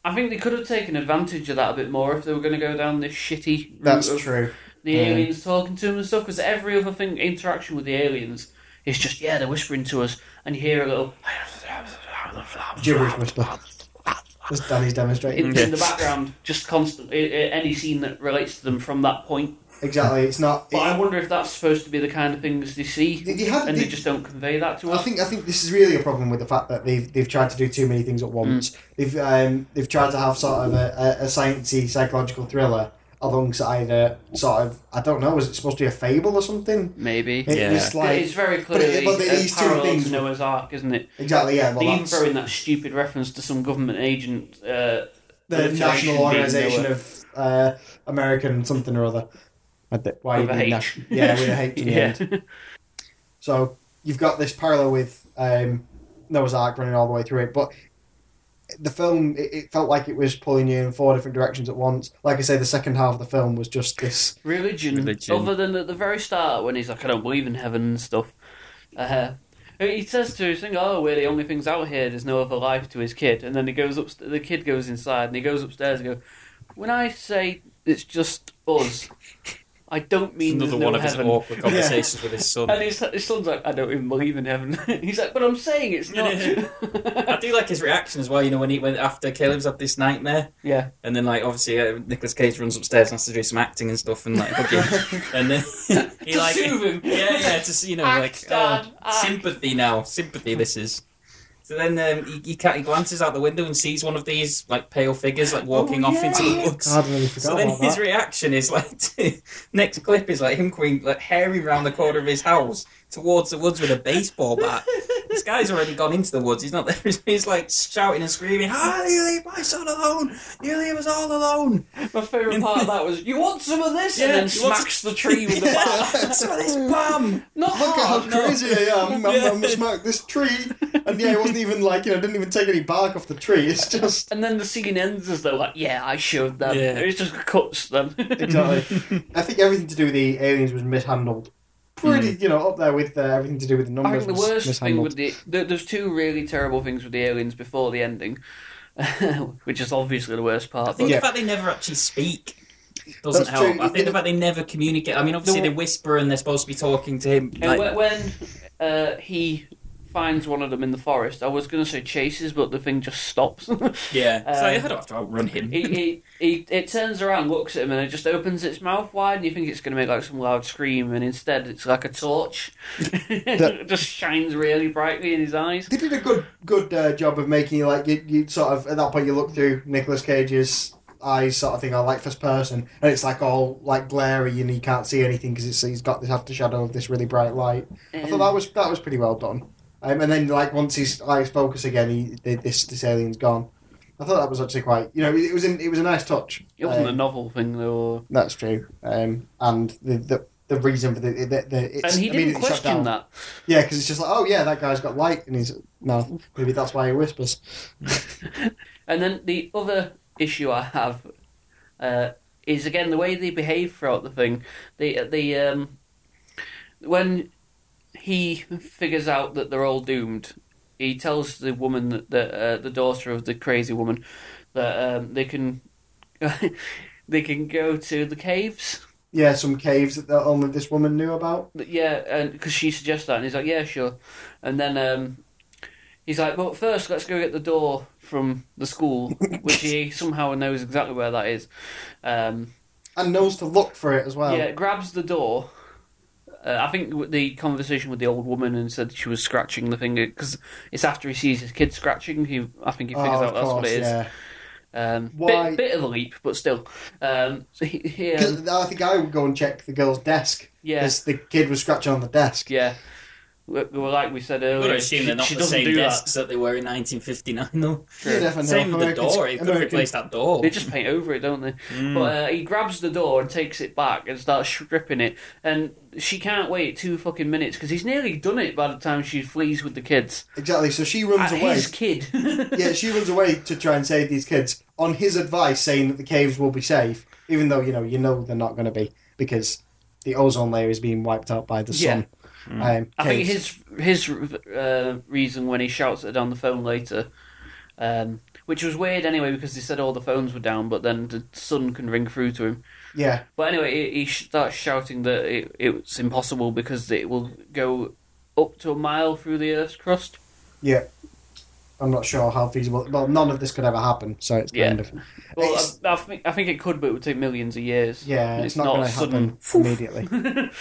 Speaker 2: I think they could have taken advantage of that a bit more if they were going to go down this shitty route
Speaker 1: that's
Speaker 2: of
Speaker 1: true
Speaker 2: the aliens talking to him and stuff. Because every other thing interaction with the aliens is just yeah, they're whispering to us, and you hear a little
Speaker 1: gibberish whisper. As Danny's demonstrating.
Speaker 2: in, in the background, just constantly a- a- any scene that relates to them from that point.
Speaker 1: Exactly. It's not.
Speaker 2: But I wonder if that's supposed to be the kind of things they see,
Speaker 1: Did you have-
Speaker 2: and they
Speaker 1: did-
Speaker 2: just don't convey that to
Speaker 1: I
Speaker 2: us.
Speaker 1: think I think this is really a problem with the fact that they've they've tried to do too many
Speaker 2: Mm.
Speaker 1: things at once. They've um, they've tried to have sort of a, a, a sciencey psychological thriller alongside a sort of I don't know. Was it supposed to be a fable or something?
Speaker 2: Maybe
Speaker 1: It
Speaker 3: Yeah.
Speaker 1: was like
Speaker 2: it's very
Speaker 1: but it-
Speaker 2: clearly
Speaker 1: but
Speaker 2: uh,
Speaker 1: these two
Speaker 2: parallel
Speaker 1: things-
Speaker 2: to Noah's Ark, isn't it?
Speaker 1: exactly yeah.
Speaker 2: they
Speaker 1: Well,
Speaker 2: even
Speaker 1: that's
Speaker 2: throw in that stupid reference to some government agent. Uh,
Speaker 1: the
Speaker 2: alliteration
Speaker 1: National
Speaker 2: being
Speaker 1: Organization
Speaker 2: Noah.
Speaker 1: of uh, American something or other. I think- Why
Speaker 2: With a
Speaker 1: you
Speaker 2: H.
Speaker 1: nation? Yeah, with a H
Speaker 2: <laughs>
Speaker 1: in the end. So you've got this parallel with um, Noah's Ark running all the way through it, but the film it, it felt like it was pulling you in four different directions at once. Like I say, the second half of the film was just this.
Speaker 2: religion,
Speaker 3: Religion.
Speaker 2: other than at the very start when he's like, I don't believe in heaven and stuff. Uh, he says to his thing, "Oh, we're the only things out here. There's no other life." To his kid, and then he goes up. The kid goes inside, and he goes upstairs. and Go. When I say it's just us, I don't mean
Speaker 3: Another
Speaker 2: there's
Speaker 3: one
Speaker 2: no
Speaker 3: of
Speaker 2: heaven.
Speaker 3: his
Speaker 2: <laughs>
Speaker 3: awkward conversations with his son.
Speaker 2: And his, his son's like, I don't even believe in heaven. <laughs> He's like, but I'm saying it's not.
Speaker 3: I
Speaker 2: <laughs>
Speaker 3: do like his reaction as well. You know, when he went after Caleb's had this nightmare,
Speaker 2: yeah.
Speaker 3: and then like obviously uh, Nicholas Cage runs upstairs and has to do some acting and stuff,
Speaker 2: <laughs>
Speaker 3: and like fucking- and then he
Speaker 2: To
Speaker 3: like
Speaker 2: soothe him.
Speaker 3: yeah yeah to see you know
Speaker 2: Act,
Speaker 3: like
Speaker 2: Dad,
Speaker 3: oh,
Speaker 2: act.
Speaker 3: sympathy now sympathy this is So then um, he, he, ca- he glances out the window and sees one of these like pale figures like walking
Speaker 1: Oh,
Speaker 3: off into
Speaker 1: yeah.
Speaker 3: the woods.
Speaker 1: I'd really forgot
Speaker 3: So then
Speaker 1: about
Speaker 3: his
Speaker 1: that.
Speaker 3: reaction is like <laughs> to, next clip is like him going like hairing round the corner of his house towards the woods with a baseball <laughs> bat. this guy's already gone into the woods. He's not there. <laughs> He's like shouting and screaming, "Ah, you leave my son alone! You leave us all alone!"
Speaker 2: My favourite part of that was, you want some of this? and then
Speaker 3: you want-
Speaker 2: smacks the tree with the
Speaker 3: <laughs> Yeah,
Speaker 2: bat.
Speaker 3: some of this bum.
Speaker 2: Not
Speaker 1: Look at how
Speaker 2: hard, "Oh, no.
Speaker 1: crazy I am. I'm,
Speaker 2: <laughs>
Speaker 1: I'm smacked this tree. And yeah, it wasn't even like, you know, I didn't even take any bark off the tree. It's just.
Speaker 2: And then the scene ends as though, like, yeah, I showed them.
Speaker 3: Yeah.
Speaker 2: It just cuts them. <laughs>
Speaker 1: Exactly. I think everything to do with the aliens was mishandled. Pretty, you know, up there with uh, everything to do with the
Speaker 2: I
Speaker 1: numbers.
Speaker 2: think the
Speaker 1: was
Speaker 2: worst thing
Speaker 1: mishandled.
Speaker 2: with the there, there's two really terrible things with the aliens before the ending, <laughs> which is obviously the worst part.
Speaker 3: I think
Speaker 2: but
Speaker 1: Yeah.
Speaker 3: the fact they never actually speak doesn't
Speaker 1: That's
Speaker 3: help.
Speaker 1: true.
Speaker 3: I think the fact they never communicate. I mean, obviously
Speaker 2: The-
Speaker 3: they whisper and they're supposed to be talking to him.
Speaker 2: And
Speaker 3: like-
Speaker 2: whe- when uh, he finds one of them in the forest, I was going to say chases, but the thing just stops. <laughs>
Speaker 3: yeah, so
Speaker 2: Um,
Speaker 3: I don't have to outrun him.
Speaker 2: he, he, he, it turns around, looks at him, and it just opens its mouth wide, and you think it's going to make like some loud scream, and instead it's like a torch. <laughs> it just shines really brightly in his eyes.
Speaker 1: They did a good good uh, job of making you like you, you sort of at that point you look through Nicolas Cage's eyes sort of thing or like first person and it's like all like glary and you can't see anything because he's got this after shadow of this really bright light. I thought
Speaker 2: Um,
Speaker 1: that was that was pretty well done. Um, and then like once his eyes focus again, he, th- this this alien's gone. I thought that was actually quite you know it, it was in, it was a nice touch.
Speaker 2: it wasn't
Speaker 1: Um,
Speaker 2: a novel thing, though.
Speaker 1: That's true. Um, and the, the the reason for the, the, the it's
Speaker 2: And he didn't
Speaker 1: immediately shut down.
Speaker 2: question that.
Speaker 1: Yeah, because it's just like, oh yeah, that guy's got light in his mouth. Maybe that's why he whispers.
Speaker 2: And then the other issue I have uh, is again the way they behave throughout the thing. The the um, when he figures out that they're all doomed, he tells the woman that the uh, the daughter of the crazy woman that um, they can <laughs> they can go to the caves.
Speaker 1: Yeah, some caves that the- only this woman knew about.
Speaker 2: But Yeah, and because she suggests that, and he's like, yeah, sure. And then um, he's like, well, first let's go get the door from
Speaker 1: <laughs>
Speaker 2: the school, which he somehow knows exactly where that is. Um,
Speaker 1: And knows to look for it as well.
Speaker 2: Yeah, grabs the door. Uh, I think w- the conversation with the old woman and said she was scratching the finger because it's after he sees his kid scratching. He, I think he
Speaker 1: Oh,
Speaker 2: figures
Speaker 1: of
Speaker 2: out that's what
Speaker 1: course,
Speaker 2: it is.
Speaker 1: yeah.
Speaker 2: Um,
Speaker 1: Why-
Speaker 2: Bit, bit of a leap, but still. Um, so he,
Speaker 1: <laughs>
Speaker 2: he, um,
Speaker 1: 'Cause I think I would go and check the girl's desk.
Speaker 2: yeah,
Speaker 1: 'cause the kid was scratching on the desk.
Speaker 2: yeah. Well, like we said
Speaker 3: I
Speaker 2: earlier,
Speaker 3: would assume they're not
Speaker 2: she, she
Speaker 3: the
Speaker 2: doesn't
Speaker 3: same
Speaker 2: do that.
Speaker 3: desks that. they were in 1959, though.
Speaker 1: You never know.
Speaker 3: Same with the
Speaker 1: Americans-
Speaker 3: door. He could
Speaker 1: Americans-
Speaker 3: replace that door.
Speaker 2: They just paint over it, don't they?
Speaker 1: Hmm.
Speaker 3: Mm.
Speaker 2: But uh, he grabs the door and takes it back and starts stripping it. And she can't wait two fucking minutes because he's nearly done it by the time she flees with the kids.
Speaker 1: Exactly. So she runs
Speaker 2: At
Speaker 1: away.
Speaker 2: <laughs> his kid.
Speaker 1: <laughs> yeah, she runs away to try and save these kids on his advice, saying that the caves will be safe, even though you know you know they're not going to be because the ozone layer is being wiped out by the sun. Um,
Speaker 2: <laughs> Mm. I think
Speaker 1: caves.
Speaker 2: his his uh, reason when he shouts at her on the phone later, um, which was weird anyway because they said all the phones were down, but then the sun can ring through to him.
Speaker 1: yeah,
Speaker 2: But anyway, he, he starts shouting that it, it's impossible because it will go up to a mile through the Earth's crust.
Speaker 1: I'm not sure how feasible. Well, none of this could ever happen, so it's
Speaker 2: Yeah.
Speaker 1: kind of
Speaker 2: Well,
Speaker 1: It's-
Speaker 2: I, I think I think it could, but it would take millions of years.
Speaker 1: yeah, it's,
Speaker 2: It's
Speaker 1: not,
Speaker 2: not
Speaker 1: going to
Speaker 2: sudden.
Speaker 1: happen immediately.
Speaker 2: <laughs>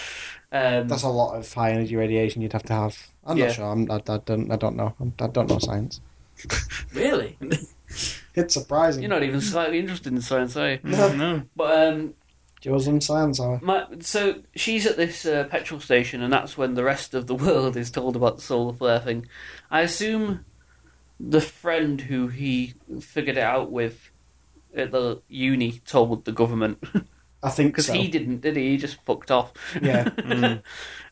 Speaker 2: Um,
Speaker 1: That's a lot of high energy radiation you'd have to have. I'm
Speaker 2: Yeah.
Speaker 1: not sure. I'm, I, I don't. I don't know. I'm, I don't know science.
Speaker 2: <laughs>
Speaker 3: Really?
Speaker 1: It's surprising.
Speaker 2: you're not even slightly interested in science, are you?
Speaker 1: No.
Speaker 3: no.
Speaker 2: But um,
Speaker 1: Joe's on science hour.
Speaker 2: my, so she's at this uh, petrol station, and that's when the rest of the <laughs> world is told about the solar flare thing. I assume the friend who he figured it out with at the uni told the government
Speaker 1: I think
Speaker 2: because
Speaker 1: so.
Speaker 2: he didn't, did he? He just fucked off. <laughs>
Speaker 1: Yeah.
Speaker 3: Mm.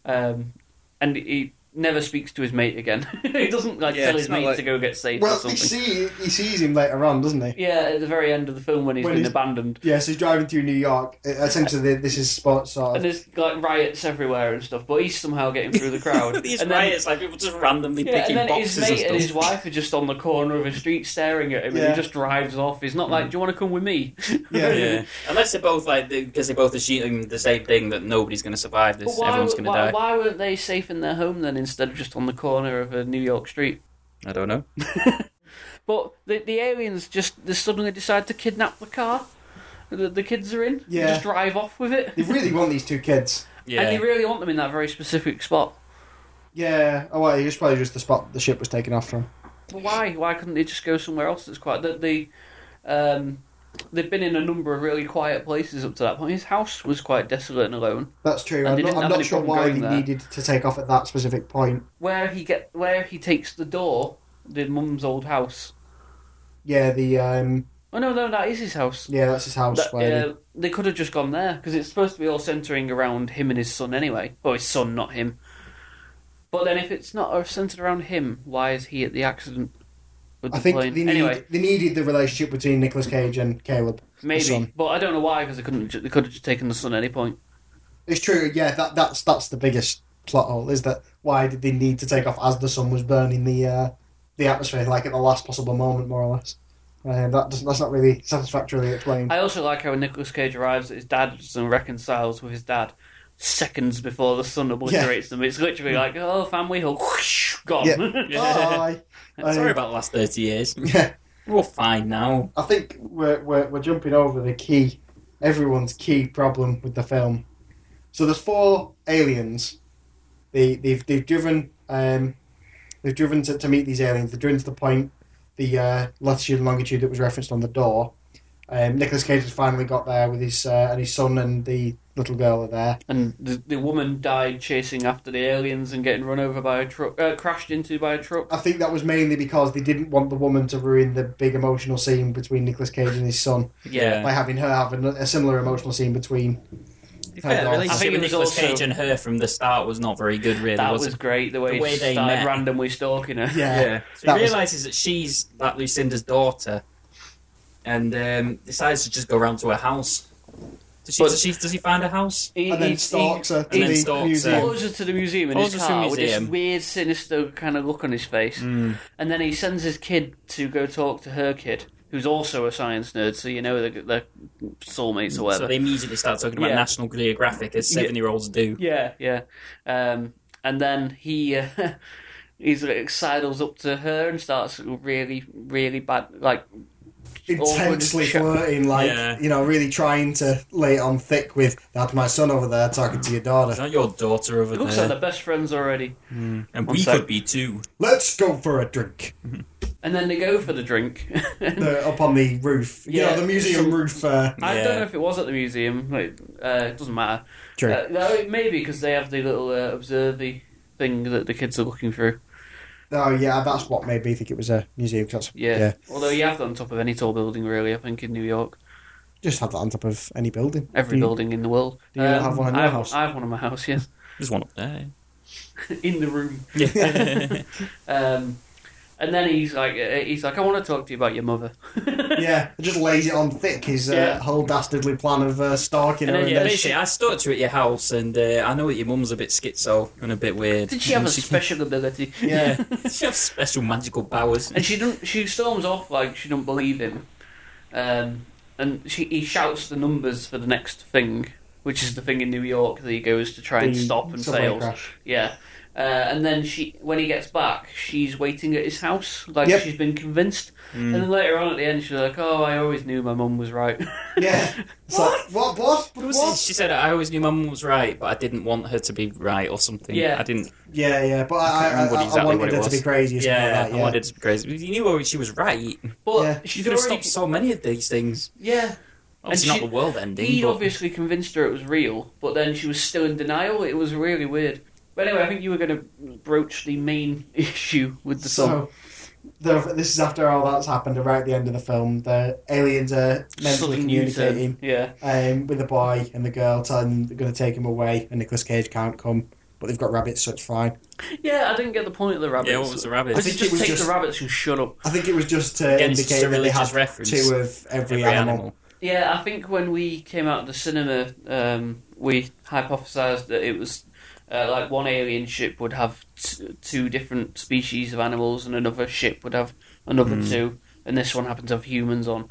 Speaker 2: um, and he never speaks to his mate again. <laughs> he doesn't like
Speaker 3: Yeah,
Speaker 2: tell
Speaker 3: it's
Speaker 2: his
Speaker 3: not
Speaker 2: mate
Speaker 3: like-
Speaker 2: to go get saved or
Speaker 1: Well, he
Speaker 2: something.
Speaker 1: see he sees him later on, doesn't he?
Speaker 2: Yeah, at the very end of the film when he's
Speaker 1: When
Speaker 2: been
Speaker 1: he's-
Speaker 2: abandoned.
Speaker 1: Yes, he's driving through New York. Uh, Essentially, this is sports sort
Speaker 2: And
Speaker 1: of.
Speaker 2: there's like riots everywhere and stuff, but he's somehow getting through
Speaker 3: <laughs>
Speaker 2: the crowd.
Speaker 3: These
Speaker 2: and
Speaker 3: riots, like people just randomly
Speaker 2: then, yeah,
Speaker 3: picking
Speaker 2: and then
Speaker 3: boxes
Speaker 2: his mate and
Speaker 3: and
Speaker 2: his
Speaker 3: stuff.
Speaker 2: wife are just on the corner of a street staring at him, and
Speaker 1: Yeah.
Speaker 2: he just drives off. He's
Speaker 3: Mm.
Speaker 2: not like, "Do you want to come with me?"
Speaker 1: Yeah.
Speaker 3: <laughs> yeah. Unless they're both like, because they both assume the same thing that nobody's going to survive
Speaker 2: But
Speaker 3: this,
Speaker 2: why,
Speaker 3: everyone's
Speaker 2: were-
Speaker 3: going to
Speaker 2: why,
Speaker 3: die.
Speaker 2: why weren't they safe in their home then, instead of just on the corner of a New York street?
Speaker 3: I don't know.
Speaker 2: But the, the aliens just they suddenly decide to kidnap the car that the kids are in.
Speaker 1: Yeah.
Speaker 2: Just drive off with it.
Speaker 1: They really want these two kids.
Speaker 2: And they really want them in that very specific spot.
Speaker 1: Yeah. Oh, well, it was probably just the spot the ship was taken off from.
Speaker 2: But why? Why couldn't they just go somewhere else that's quiet? That they, um, they've been in a number of really quiet places up to that point. His house was quite desolate and alone.
Speaker 1: That's true.
Speaker 2: And
Speaker 1: I'm
Speaker 2: they
Speaker 1: not,
Speaker 2: didn't
Speaker 1: I'm
Speaker 2: have
Speaker 1: not
Speaker 2: any
Speaker 1: sure
Speaker 2: problem
Speaker 1: why
Speaker 2: going
Speaker 1: he
Speaker 2: there.
Speaker 1: needed to take off at that specific point.
Speaker 2: Where he get where he takes the door, the mum's old house.
Speaker 1: Yeah, the um,
Speaker 2: Oh no, no, that is his house.
Speaker 1: yeah, that's his house.
Speaker 2: That,
Speaker 1: where
Speaker 2: uh, they could have just gone there because it's supposed to be all centering around him and his son anyway. Or his son, not him. But then, if it's not centered around him, why is he at the accident with the
Speaker 1: I think
Speaker 2: plane?
Speaker 1: they, need,
Speaker 2: anyway,
Speaker 1: they needed the relationship between Nicolas Cage and Caleb.
Speaker 2: maybe,
Speaker 1: son.
Speaker 2: but I don't know why because they couldn't. They could have just taken the son at any point.
Speaker 1: It's true. Yeah, that that's that's the biggest plot hole is that why did they need to take off as the sun was burning the uh, the atmosphere like at the last possible moment, more or less. Uh, that doesn't, that's not really satisfactorily
Speaker 2: <laughs>
Speaker 1: explained.
Speaker 2: I also like how Nicolas Cage arrives at his dad's and reconciles with his dad seconds before the sun obliterates them. It's literally like, oh, family, hug, whoosh, gone. <laughs>
Speaker 1: Bye. <laughs> I-
Speaker 3: <laughs> Sorry about the last 30 years.
Speaker 1: Yeah,
Speaker 3: We're all fine now.
Speaker 1: I think we're, we're we're jumping over the key, everyone's key problem with the film. So there's four aliens. They they've they've driven um, they've driven to, to meet these aliens. They're driven to the point, the uh, latitude and longitude that was referenced on the door. Um, Nicholas Cage has finally got there with his uh, and his son and the little girl are there.
Speaker 2: and the, the woman died chasing after the aliens and getting run over by a truck, uh, crashed into by a truck.
Speaker 1: I think that was mainly because they didn't want the woman to ruin the big emotional scene between Nicolas Cage and his son
Speaker 3: Yeah.
Speaker 1: by having her have a, a similar emotional scene between.
Speaker 3: To be fair, the
Speaker 1: I think
Speaker 3: relationship
Speaker 2: it
Speaker 3: with
Speaker 2: was
Speaker 3: Nicolas
Speaker 2: also-
Speaker 3: Cage and her from the start was not very good, really.
Speaker 2: that
Speaker 3: was
Speaker 2: was
Speaker 3: it?
Speaker 2: great. The way,
Speaker 3: the way
Speaker 2: he
Speaker 3: they
Speaker 2: started
Speaker 3: met.
Speaker 2: randomly stalking her.
Speaker 1: Yeah.
Speaker 3: Yeah. So
Speaker 1: That
Speaker 3: he
Speaker 1: was-
Speaker 3: realizes that she's that Lucinda's daughter, and um, decides to just go round to her house. Does she,
Speaker 2: But-
Speaker 3: does she? Does he find a house?
Speaker 2: He,
Speaker 1: <laughs> and then
Speaker 2: he-
Speaker 1: stalks her to
Speaker 2: he-
Speaker 1: the
Speaker 3: then stalks her.
Speaker 2: he
Speaker 1: museum.
Speaker 2: follows her to the museum in
Speaker 3: Follows
Speaker 2: his
Speaker 3: us to the
Speaker 2: car with this
Speaker 3: museum. Mm.
Speaker 2: weird, sinister kind of look on his face. And then he sends his kid to go talk to her kid, who's also a science nerd, so you know they're, they're soulmates or whatever.
Speaker 3: So they immediately start talking about
Speaker 2: Yeah.
Speaker 3: National Geographic as seven-year-olds do.
Speaker 2: Yeah, yeah. Um, and then he uh, <laughs> he's like, sidles up to her and starts really, really bad, like
Speaker 1: intensely
Speaker 2: Awkward.
Speaker 1: flirting, like
Speaker 3: Yeah.
Speaker 1: you know, really trying to lay it on thick with that's my son over there talking to your
Speaker 3: Is
Speaker 1: daughter.
Speaker 3: that your daughter over
Speaker 2: it looks
Speaker 3: there?
Speaker 2: like they're best friends already.
Speaker 3: and
Speaker 2: One
Speaker 3: we
Speaker 2: sec.
Speaker 3: could be too.
Speaker 1: Let's go for a drink
Speaker 2: And then they go for the drink. <laughs>
Speaker 1: the, up on the roof. Yeah,
Speaker 2: Yeah.
Speaker 1: the museum roof. Uh,
Speaker 2: I
Speaker 3: Yeah.
Speaker 2: don't know if it was at the museum. Like, uh, it doesn't matter.
Speaker 1: True.
Speaker 2: Uh, no, maybe because they have the little uh, observy thing that the kids are looking through.
Speaker 1: oh yeah, that's what made me think it was a museum. 'cause that's,
Speaker 2: Yeah.
Speaker 1: yeah.
Speaker 2: Although you have that on top of any tall building, really. I think in New York,
Speaker 1: just have that on top of any building.
Speaker 2: every
Speaker 1: You-
Speaker 2: building in the world.
Speaker 1: do
Speaker 2: Um,
Speaker 1: you have one in your
Speaker 2: I
Speaker 1: house?
Speaker 2: I have one in my house. Yes, <laughs>
Speaker 3: There's one up there.
Speaker 2: in the room.
Speaker 3: <laughs> Yeah. <laughs>
Speaker 2: Um, and then he's like, uh, he's like, I want to talk to you about your mother. <laughs> yeah.
Speaker 1: Yeah, it just lays it on thick. His uh,
Speaker 2: Yeah.
Speaker 1: whole dastardly plan of uh, stalking
Speaker 2: And
Speaker 1: her.
Speaker 2: then,
Speaker 1: and
Speaker 3: yeah,
Speaker 1: then
Speaker 3: basically, I stalked you at your house, and uh, I know that your mum's a bit schizo and a bit weird.
Speaker 2: Did she have
Speaker 3: And
Speaker 2: a special ability? <laughs>
Speaker 1: Yeah.
Speaker 3: she has special magical powers.
Speaker 2: And she don't. She storms off like she don't believe him. Um, and she he shouts the numbers for the next thing, which is the thing in New York that he goes to try and
Speaker 1: the
Speaker 2: stop and
Speaker 1: subway
Speaker 2: fails.
Speaker 1: crash.
Speaker 2: Yeah. Uh, and then she, when he gets back, she's waiting at his house, like
Speaker 1: Yep.
Speaker 2: she's been convinced.
Speaker 3: Hmm.
Speaker 2: And then later on at the end, she's like, "Oh, I always knew my mum was right."
Speaker 1: Yeah, it's like what? What?
Speaker 3: What
Speaker 1: What?
Speaker 3: was it? She said, "I always knew my mum was right, but I didn't want her to be right or something."
Speaker 2: Yeah.
Speaker 3: I didn't.
Speaker 1: Yeah, yeah, but I,
Speaker 3: can't
Speaker 1: I,
Speaker 3: remember
Speaker 1: I,
Speaker 3: exactly
Speaker 1: I
Speaker 3: what
Speaker 1: wanted
Speaker 3: it
Speaker 1: her to
Speaker 3: was.
Speaker 1: be crazy. or something
Speaker 3: Yeah,
Speaker 1: like that,
Speaker 3: I wanted to be crazy. You knew she was right.
Speaker 2: <laughs> But
Speaker 1: Yeah.
Speaker 2: she's
Speaker 3: She could have
Speaker 2: already-
Speaker 3: stopped so many of these things.
Speaker 2: Yeah,
Speaker 3: Obviously,
Speaker 2: she-
Speaker 3: not the world ending.
Speaker 2: He
Speaker 3: but
Speaker 2: obviously convinced her it was real, but then she was still in denial. It was really weird. But anyway, I think you were going to broach the main <laughs> issue with the song.
Speaker 1: So, the, this is after all that's happened, and right at the end of the film, the aliens are mentally
Speaker 2: Sudden U-turn.
Speaker 1: communicating
Speaker 2: Yeah,
Speaker 1: um, with the boy and the girl, telling them they're going to take him away, and Nicolas Cage can't come, but they've got rabbits, so it's fine.
Speaker 2: yeah. I didn't get the point of the rabbits.
Speaker 3: yeah, what was the
Speaker 2: I
Speaker 3: rabbit?
Speaker 1: think
Speaker 2: said,
Speaker 1: it
Speaker 2: just
Speaker 1: was
Speaker 2: take
Speaker 1: just-
Speaker 2: the rabbits and shut up.
Speaker 1: I think it was just to
Speaker 3: Again, it's
Speaker 1: indicate
Speaker 3: just a
Speaker 1: that they
Speaker 3: religious
Speaker 1: had
Speaker 3: reference.
Speaker 1: two of every,
Speaker 3: Every
Speaker 1: animal.
Speaker 3: animal.
Speaker 2: Yeah, I think when we came out of the cinema, um, we hypothesized that it was uh, like one alien ship would have t- two different species of animals, and another ship would have another two, and this one happened to have humans on.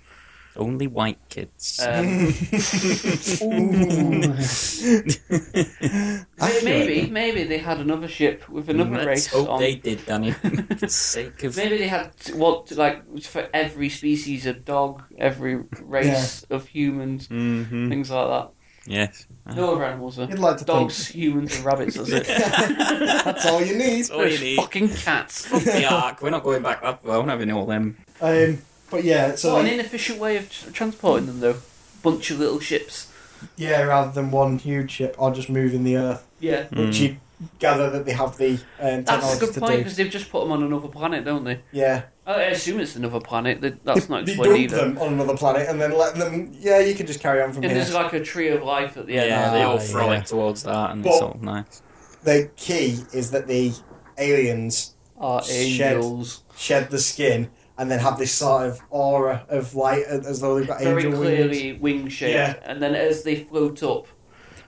Speaker 3: Only white kids.
Speaker 2: Um,
Speaker 3: <laughs>
Speaker 1: Accurate.
Speaker 2: Maybe, maybe they had another ship with another
Speaker 3: Let's
Speaker 2: race
Speaker 3: hope
Speaker 2: on.
Speaker 3: they did, Danny. For sake of
Speaker 2: Maybe they had t- what like for every species of dog, every race of humans,
Speaker 3: Mhm.
Speaker 2: things like that. <laughs>
Speaker 3: Yes.
Speaker 2: No other animals though.
Speaker 1: Hmm. You'd like to
Speaker 2: Dogs, humans, and rabbits. That's
Speaker 1: <laughs>
Speaker 2: it.
Speaker 1: <laughs> That's all you need.
Speaker 3: That's all you need.
Speaker 2: Fucking cats.
Speaker 3: Fuck the ark. We're not going back that far. We're not having all them.
Speaker 1: Um, but yeah, so
Speaker 2: what
Speaker 1: like-
Speaker 2: an inefficient way of tr- transporting them though. Bunch of little ships.
Speaker 1: yeah, rather than one huge ship or just moving the Earth,
Speaker 2: Yeah.
Speaker 3: Hmm.
Speaker 1: which you gather that they have the um,
Speaker 2: That's a
Speaker 1: technology
Speaker 2: good
Speaker 1: to
Speaker 2: point
Speaker 1: do.
Speaker 2: because they've just put them on another planet, don't they?
Speaker 1: Yeah,
Speaker 2: I assume it's another planet. that- That's
Speaker 1: <laughs>
Speaker 2: not
Speaker 1: they
Speaker 2: explained
Speaker 1: dump
Speaker 2: either.
Speaker 1: them on another planet and then let them. Yeah, you can just carry on from
Speaker 2: And there's
Speaker 1: here.
Speaker 2: like a tree of life at the
Speaker 3: Yeah,
Speaker 2: end.
Speaker 1: Yeah,
Speaker 3: they
Speaker 1: ah,
Speaker 3: all
Speaker 1: yeah.
Speaker 3: frolic towards that, and
Speaker 1: But-
Speaker 3: it's all nice.
Speaker 1: The key is that the aliens
Speaker 2: Are
Speaker 1: Shed.
Speaker 2: angels.
Speaker 1: shed the skin and then have this sort of aura of light as though they've got
Speaker 2: Very
Speaker 1: angel wings.
Speaker 2: clearly wing shaped.
Speaker 1: Yeah.
Speaker 2: And then as they float up.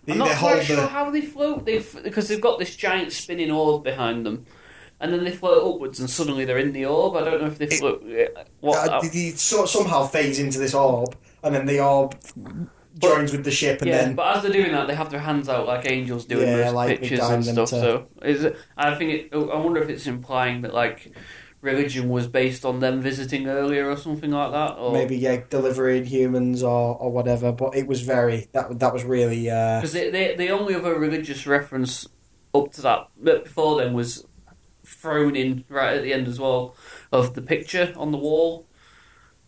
Speaker 1: They,
Speaker 2: I'm
Speaker 1: they
Speaker 2: not
Speaker 1: hold
Speaker 2: quite
Speaker 1: the
Speaker 2: sure how they float. They've because they've got this giant spinning orb behind them, and then they float upwards, and suddenly they're in the orb. I don't know if they
Speaker 1: It-
Speaker 2: float. eh, what?
Speaker 1: uh, they, they so, somehow phase into this orb and then the orb joins with the ship and
Speaker 2: yeah,
Speaker 1: then
Speaker 2: but as they're doing that, they have their hands out like angels doing
Speaker 1: Yeah,
Speaker 2: those
Speaker 1: like they
Speaker 2: pictures
Speaker 1: guide
Speaker 2: and
Speaker 1: them
Speaker 2: stuff.
Speaker 1: to-
Speaker 2: So is it, I think it, oh, I wonder if it's implying that like religion was based on them visiting earlier or something like that. Or
Speaker 1: maybe yeah delivering humans or, or whatever. But it was very that that was really uh,
Speaker 2: because the the only other religious reference up to that that before then was thrown in right at the end as well of the picture on the wall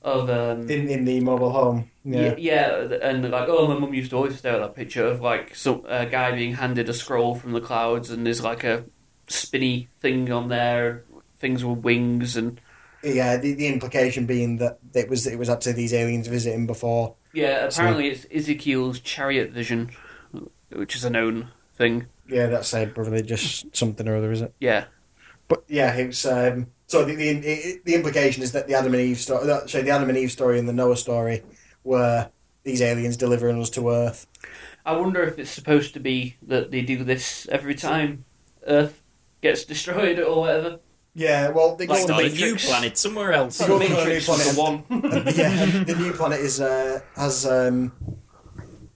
Speaker 2: of um,
Speaker 1: in in the mobile home.
Speaker 2: Yeah.
Speaker 1: Yeah,
Speaker 2: yeah, and like, oh, my mum used to always stare at that picture of like some a guy being handed a scroll from the clouds, and there's like a spinny thing on there, things with wings, and
Speaker 1: yeah. The, the implication being that it was it was actually these aliens visiting before.
Speaker 2: yeah,
Speaker 1: So-
Speaker 2: apparently it's Ezekiel's chariot vision, which is a known thing.
Speaker 1: Yeah, that's a religious something or other, is it?
Speaker 2: Yeah,
Speaker 1: But yeah, it was. Um, so the, the the the implication is that the Adam and Eve story, sorry, the Adam and Eve story and the Noah story were these aliens delivering us to Earth.
Speaker 2: I wonder if it's supposed to be that they do this every time Earth gets destroyed or whatever.
Speaker 1: Yeah, well, they
Speaker 2: Like
Speaker 1: go on
Speaker 3: Like on
Speaker 1: a
Speaker 2: the
Speaker 3: a
Speaker 1: big- <laughs>
Speaker 3: new
Speaker 2: Matrix.
Speaker 3: planet somewhere else.
Speaker 1: They
Speaker 2: The
Speaker 1: go on a
Speaker 2: Matrix
Speaker 1: new
Speaker 2: was the <laughs> one.
Speaker 1: <laughs> yeah, and the new planet is uh, has um,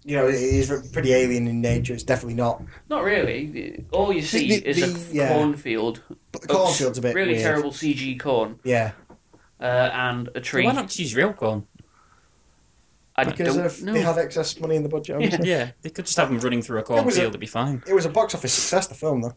Speaker 1: you know it is pretty alien in nature. It's definitely not.
Speaker 2: Not really. All you see
Speaker 1: The- the-
Speaker 2: is
Speaker 1: the,
Speaker 2: a
Speaker 1: yeah.
Speaker 2: cornfield.
Speaker 1: But the cornfield's a bit
Speaker 2: really
Speaker 1: weird.
Speaker 2: terrible CG corn
Speaker 1: Yeah,
Speaker 2: uh, and a tree.
Speaker 3: Why not choose real corn?
Speaker 2: I
Speaker 1: because
Speaker 2: don't
Speaker 1: of,
Speaker 2: know.
Speaker 1: they had excess money in the
Speaker 2: <laughs>
Speaker 1: budget.
Speaker 2: Yeah.
Speaker 1: Obviously.
Speaker 3: <laughs> Yeah, they could just have them running through a
Speaker 1: was a-
Speaker 3: cornfield. It'd be fine.
Speaker 1: It was a box office success. The film, though.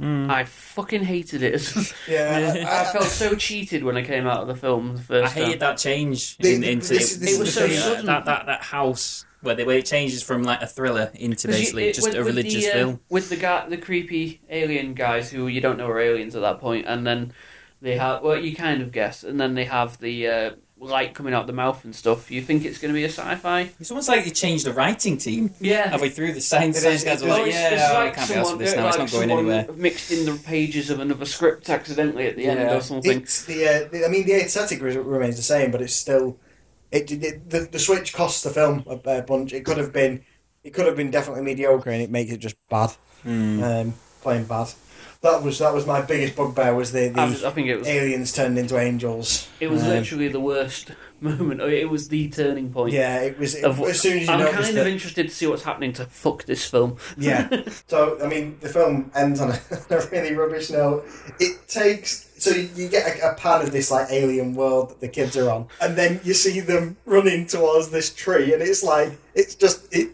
Speaker 3: Hmm.
Speaker 2: I fucking hated it. <laughs>
Speaker 1: Yeah,
Speaker 3: Yeah.
Speaker 2: I felt so cheated when I came out of the film the
Speaker 3: I
Speaker 2: first
Speaker 3: hated
Speaker 2: time.
Speaker 3: that change
Speaker 1: They-
Speaker 3: in, into
Speaker 1: this is- this
Speaker 2: is It was the so thing.
Speaker 3: that,
Speaker 2: sudden.
Speaker 3: that that that house where they where it changes from like a thriller into
Speaker 2: 'Cause you-
Speaker 3: basically
Speaker 2: it-
Speaker 3: just
Speaker 2: with-
Speaker 3: a
Speaker 2: with the,
Speaker 3: religious
Speaker 2: uh,
Speaker 3: film.
Speaker 2: with the guy, the creepy alien guys who you don't know are aliens at that point, and then they have well, you kind of guess, and then they have the uh, light coming out the mouth and stuff. You think it's going to be a sci-fi?
Speaker 3: It's almost like they changed the writing <laughs> team
Speaker 2: Yeah.
Speaker 3: halfway through. The science,
Speaker 1: It
Speaker 3: science
Speaker 1: is-
Speaker 3: guys
Speaker 1: it
Speaker 3: were like,
Speaker 1: is-
Speaker 3: "Yeah, I can't be asked for this now. It's
Speaker 2: like
Speaker 3: not going
Speaker 2: someone
Speaker 3: anywhere."
Speaker 2: mixed in the pages of another script accidentally at the end
Speaker 3: Yeah.
Speaker 2: or something.
Speaker 1: it's the, uh, the. I mean, the aesthetic re- remains the same, but it's still. It, it the, the switch costs the film a, a bunch. It could have been, it could have been definitely mediocre, and it makes it just bad.
Speaker 3: <laughs> Hmm.
Speaker 2: Mm.
Speaker 1: Um, plain bad. That was that was my biggest bugbear. Was the, the
Speaker 2: I, was- I think it was
Speaker 1: aliens turned into angels.
Speaker 2: It was
Speaker 1: Um,
Speaker 2: literally the worst <laughs> moment. Oh, It was the turning point.
Speaker 1: Yeah, it was it-
Speaker 2: Of-
Speaker 1: as soon as you
Speaker 2: I'm
Speaker 1: noticed
Speaker 2: kind
Speaker 1: that.
Speaker 2: of interested to see what's happening to fuck this film. <laughs>
Speaker 1: yeah. So I mean, the film ends on a, <laughs> a really rubbish note. It takes so you get a, a pan of this like alien world that the kids are on, and then you see them running towards this tree, and it's like it's just it.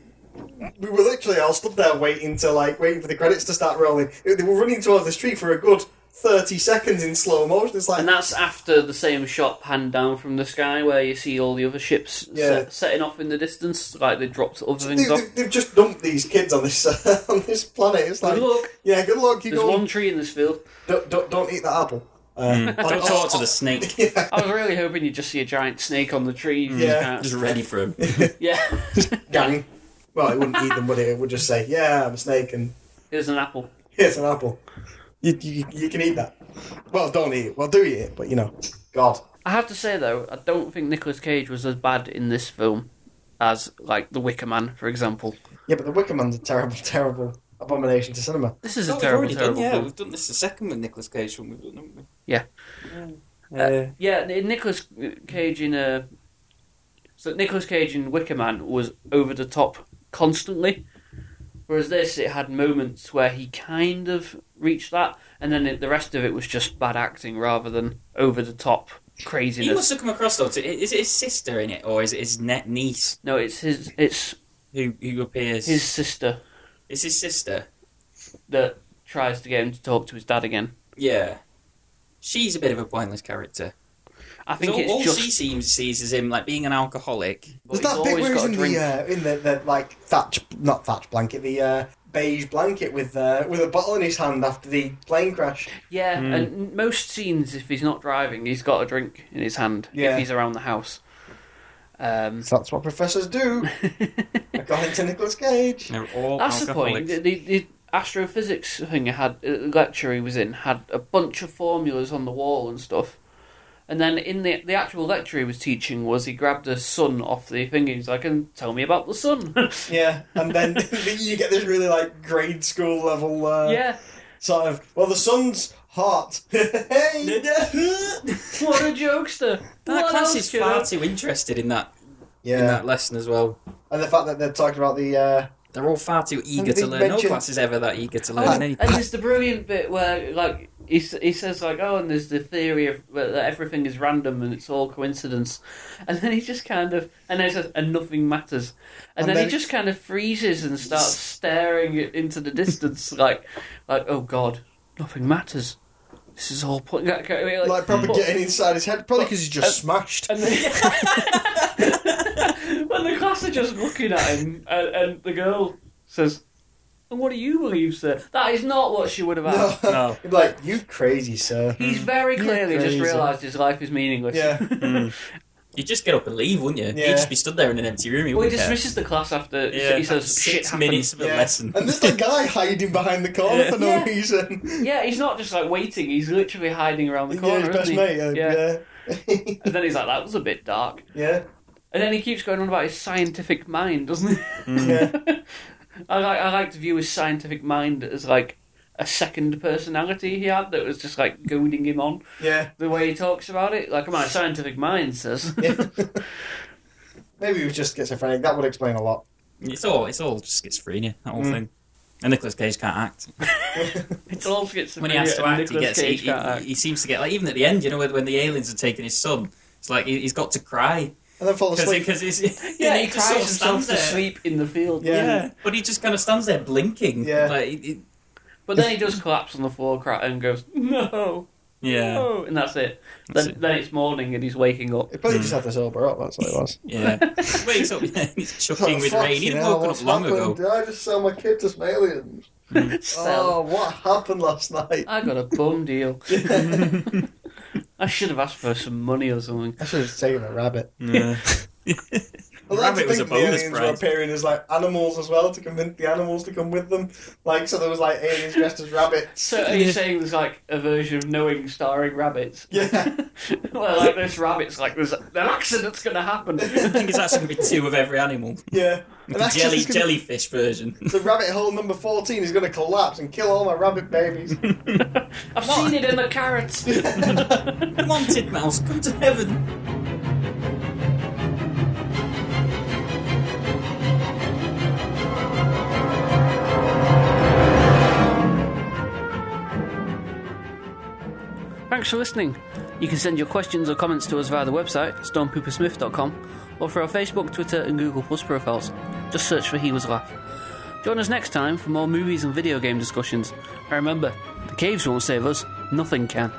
Speaker 1: We were literally all stood there waiting to like waiting for the credits to start rolling. They were running towards this tree for a good thirty seconds in slow motion. It's like
Speaker 2: And that's after the same shot panned down from the sky where you see all the other ships
Speaker 1: Yeah.
Speaker 2: set, setting off in the distance, like they dropped other
Speaker 1: they,
Speaker 2: things off.
Speaker 1: have just dumped these kids on this <laughs> on this planet. It's like
Speaker 2: Good luck.
Speaker 1: yeah, good luck. You
Speaker 2: There's
Speaker 1: go
Speaker 2: one Mm. tree in this field.
Speaker 1: Don't, don't, don't eat that apple. Uh, <laughs>
Speaker 3: Hmm. Don't talk to the snake. <laughs>
Speaker 1: Yeah.
Speaker 2: I was really hoping you'd just see a giant snake on the tree. You
Speaker 1: Mm. Yeah.
Speaker 2: just
Speaker 3: Just ready for him.
Speaker 2: can't- <laughs> yeah. <laughs>
Speaker 1: gang. Well, it wouldn't eat them, would it? It would just say, "Yeah, I'm a snake, and
Speaker 2: Here's an apple.
Speaker 1: here's an apple. You, you, you can eat that." Well, don't eat it. Well, do eat it, but you know, God.
Speaker 2: I have to say though, I don't think Nicolas Cage was as bad in this film as like The Wicker Man, for example.
Speaker 1: Yeah, but the Wicker Man's a terrible, <laughs> terrible abomination to cinema.
Speaker 2: This is
Speaker 3: No,
Speaker 2: a
Speaker 3: we've
Speaker 2: terrible,
Speaker 3: already
Speaker 2: terrible
Speaker 3: done, yeah,
Speaker 2: film.
Speaker 3: we've done this the second with Nicolas Cage one we've done, haven't we?
Speaker 2: Yeah.
Speaker 3: Yeah. Uh,
Speaker 2: Yeah, Nicholas Cage in uh, so Nicholas Cage in Wicker Man was over the top constantly, whereas this it had moments where he kind of reached that, and then it, the rest of it was just bad acting rather than over the top
Speaker 3: he
Speaker 2: craziness.
Speaker 3: must have come across though. To, is it his sister in it, or is it his net niece?
Speaker 2: No, it's his it's
Speaker 3: who who appears.
Speaker 2: His sister
Speaker 3: It's his sister.
Speaker 2: that tries to get him to talk to his dad again.
Speaker 3: Yeah, she's a bit of a pointless character.
Speaker 2: I
Speaker 3: Because
Speaker 2: think
Speaker 3: all,
Speaker 2: it's
Speaker 3: all
Speaker 2: just.
Speaker 3: she seems sees is him like being an alcoholic.
Speaker 2: but
Speaker 1: There's
Speaker 2: he's
Speaker 1: that bit
Speaker 2: always
Speaker 1: where he's
Speaker 2: got a
Speaker 1: in
Speaker 2: drink.
Speaker 1: the, uh, in the, the like thatch, not thatch blanket, the uh, beige blanket with uh, with a bottle in his hand after the plane crash.
Speaker 2: Yeah,
Speaker 3: Mm.
Speaker 2: and most scenes, if he's not driving, he's got a drink in his hand
Speaker 1: Yeah.
Speaker 2: if he's around the house. Um,
Speaker 1: That's what professors do. <laughs> According to Nicolas Cage.
Speaker 3: They're all
Speaker 2: that's the point.
Speaker 3: alcoholics.
Speaker 2: The, the, the astrophysics thing I had uh, lecture he was in had a bunch of formulas on the wall and stuff. And then in the the actual lecture he was teaching was he grabbed a sun off the thing. and He's like, and tell me about the sun. <laughs>
Speaker 3: Uh,
Speaker 1: Yeah, and then <laughs> you get this really like grade school level uh,
Speaker 2: yeah,
Speaker 1: sort of. Well, the sun's hot. <laughs> Hey!
Speaker 2: what a jokester.
Speaker 3: That
Speaker 2: What
Speaker 3: class
Speaker 2: else
Speaker 3: is
Speaker 2: could
Speaker 3: far
Speaker 2: I-
Speaker 3: too interested in that in
Speaker 1: yeah,
Speaker 3: that lesson as well.
Speaker 1: and the fact that they're talking about the uh,
Speaker 3: They're all far too eager
Speaker 1: And
Speaker 3: to
Speaker 1: they
Speaker 3: learn. No
Speaker 1: mention-
Speaker 3: class is ever that eager to
Speaker 2: Oh, and <laughs>
Speaker 3: learn. any-
Speaker 2: there's the brilliant bit where, like, he, s- he says, like, oh, and there's the theory of that everything is random and it's all coincidence. And then he just kind of, and then he says, and nothing matters. And,
Speaker 1: And
Speaker 2: then,
Speaker 1: then-
Speaker 2: he just kind of freezes and
Speaker 1: <laughs>
Speaker 2: starts staring i- into the distance, like, like, oh, God, nothing matters. This is all... Put, like, I mean, like,
Speaker 1: like uh, probably
Speaker 2: but-
Speaker 1: getting inside his head, probably because he's just smashed.
Speaker 2: <laughs> and the, and the class are just looking at him, and, and the girl says, and what do you believe, sir? That is not what she would have
Speaker 1: <laughs>
Speaker 2: asked.
Speaker 1: No. <laughs>
Speaker 3: No.
Speaker 1: He'd be like, you crazy,
Speaker 3: <laughs>
Speaker 1: sir.
Speaker 2: He's very
Speaker 1: You're
Speaker 2: clearly just
Speaker 1: crazy.
Speaker 2: realised his life is meaningless. <laughs>
Speaker 1: Yeah.
Speaker 3: Hmm.
Speaker 2: Hmm.
Speaker 3: You'd just get up and leave, wouldn't you?
Speaker 1: Yeah.
Speaker 3: You'd just be stood there in an empty room. You
Speaker 2: well, he
Speaker 3: wouldn't care.
Speaker 2: dismisses the class after
Speaker 3: Yeah,
Speaker 2: he says
Speaker 3: six
Speaker 2: shit happened.
Speaker 3: minutes of a
Speaker 1: Yeah.
Speaker 3: lesson.
Speaker 1: And
Speaker 3: <laughs>
Speaker 1: there's that guy hiding behind the corner
Speaker 3: Yeah.
Speaker 1: for no
Speaker 2: Yeah.
Speaker 1: reason. <laughs>
Speaker 2: Yeah, he's not just like waiting. He's literally hiding around the
Speaker 1: yeah,
Speaker 2: corner,
Speaker 1: his
Speaker 2: isn't
Speaker 1: best
Speaker 2: he?
Speaker 1: mate. uh,
Speaker 2: yeah.
Speaker 1: Yeah. Yeah. <laughs>
Speaker 2: And then he's like, "That was a bit dark."
Speaker 1: yeah.
Speaker 2: And then he keeps going on about his scientific mind, doesn't he?
Speaker 3: Hmm.
Speaker 2: <laughs> I like I like to view his scientific mind as like a second personality he had that was just like goading him on
Speaker 1: Yeah.
Speaker 2: the way he talks about it. Like my scientific mind
Speaker 3: <laughs>
Speaker 2: says. <laughs>
Speaker 1: <laughs> Maybe he was just schizophrenic. That would explain a lot. <laughs>
Speaker 3: It's all it's all just schizophrenia.
Speaker 2: Hmm.
Speaker 3: That whole
Speaker 1: Mm.
Speaker 3: thing. And Nicolas Cage can't act.
Speaker 2: it's all schizophrenia.
Speaker 3: When he has to
Speaker 2: and
Speaker 3: act, he
Speaker 2: Nicolas
Speaker 3: gets. He,
Speaker 2: Cage
Speaker 3: he,
Speaker 2: can't act.
Speaker 3: he seems to get like even at the end. You know when, when the aliens are taking his son, it's like he, he's got to cry
Speaker 1: And then fall asleep.
Speaker 3: because he's <laughs>
Speaker 2: Yeah, he,
Speaker 3: just
Speaker 2: cries
Speaker 3: sort of
Speaker 2: himself
Speaker 3: stands
Speaker 2: to
Speaker 3: there.
Speaker 2: sleep in the field. Mm.
Speaker 1: Yeah.
Speaker 3: but he just kind of stands there blinking.
Speaker 1: Yeah.
Speaker 3: like, it- it-
Speaker 2: But then he does collapse on the floor cra- and goes, no,
Speaker 3: yeah,
Speaker 2: no, and that's it.
Speaker 3: That's
Speaker 2: then,
Speaker 3: it.
Speaker 2: then it's morning and he's waking
Speaker 1: <laughs>
Speaker 2: up.
Speaker 1: He probably
Speaker 3: Hmm.
Speaker 1: just had to sober up. That's what it was. <laughs>
Speaker 3: yeah. Wakes up, yeah, <laughs> he's chucking with
Speaker 1: Fucking
Speaker 3: rain. He'd
Speaker 1: hell,
Speaker 3: woken
Speaker 1: what's
Speaker 3: up long
Speaker 1: happened?
Speaker 3: ago.
Speaker 1: Did I just sell my kid to some aliens?
Speaker 2: <laughs> so,
Speaker 1: Oh, what happened last
Speaker 3: <laughs>
Speaker 1: night?
Speaker 2: I got a bum deal. I should have asked for some money or something.
Speaker 1: I should have taken a rabbit.
Speaker 3: Yeah.
Speaker 1: I like
Speaker 3: Rabbit
Speaker 1: to
Speaker 3: was
Speaker 1: think
Speaker 3: a
Speaker 1: the
Speaker 3: bonus
Speaker 1: aliens were
Speaker 3: prize.
Speaker 1: appearing as like animals as well to convince the animals to come with them. Like so, there was like aliens dressed as rabbits. <laughs>
Speaker 2: So are you saying there's like a version of Knowing starring rabbits?
Speaker 1: Yeah.
Speaker 2: <laughs> well, like this rabbit's like, there's an accident's going to happen.
Speaker 3: I think it's actually going to be two of every animal.
Speaker 1: yeah, and
Speaker 3: The
Speaker 1: that's just-
Speaker 3: jelly
Speaker 1: it's gonna-
Speaker 3: jellyfish version.
Speaker 1: The rabbit hole number fourteen is going to collapse and kill all my rabbit babies.
Speaker 2: I've seen it in the carrots.
Speaker 3: Come on, Titmouse, come to heaven.
Speaker 2: Thanks for listening. You can send your questions or comments to us via the website, stormpoopersmith.com, or through our Facebook, Twitter, and Google Plus profiles. Just search for He Was Laugh. Join us next time for more movies and video game discussions. And remember, the caves won't save us, nothing can.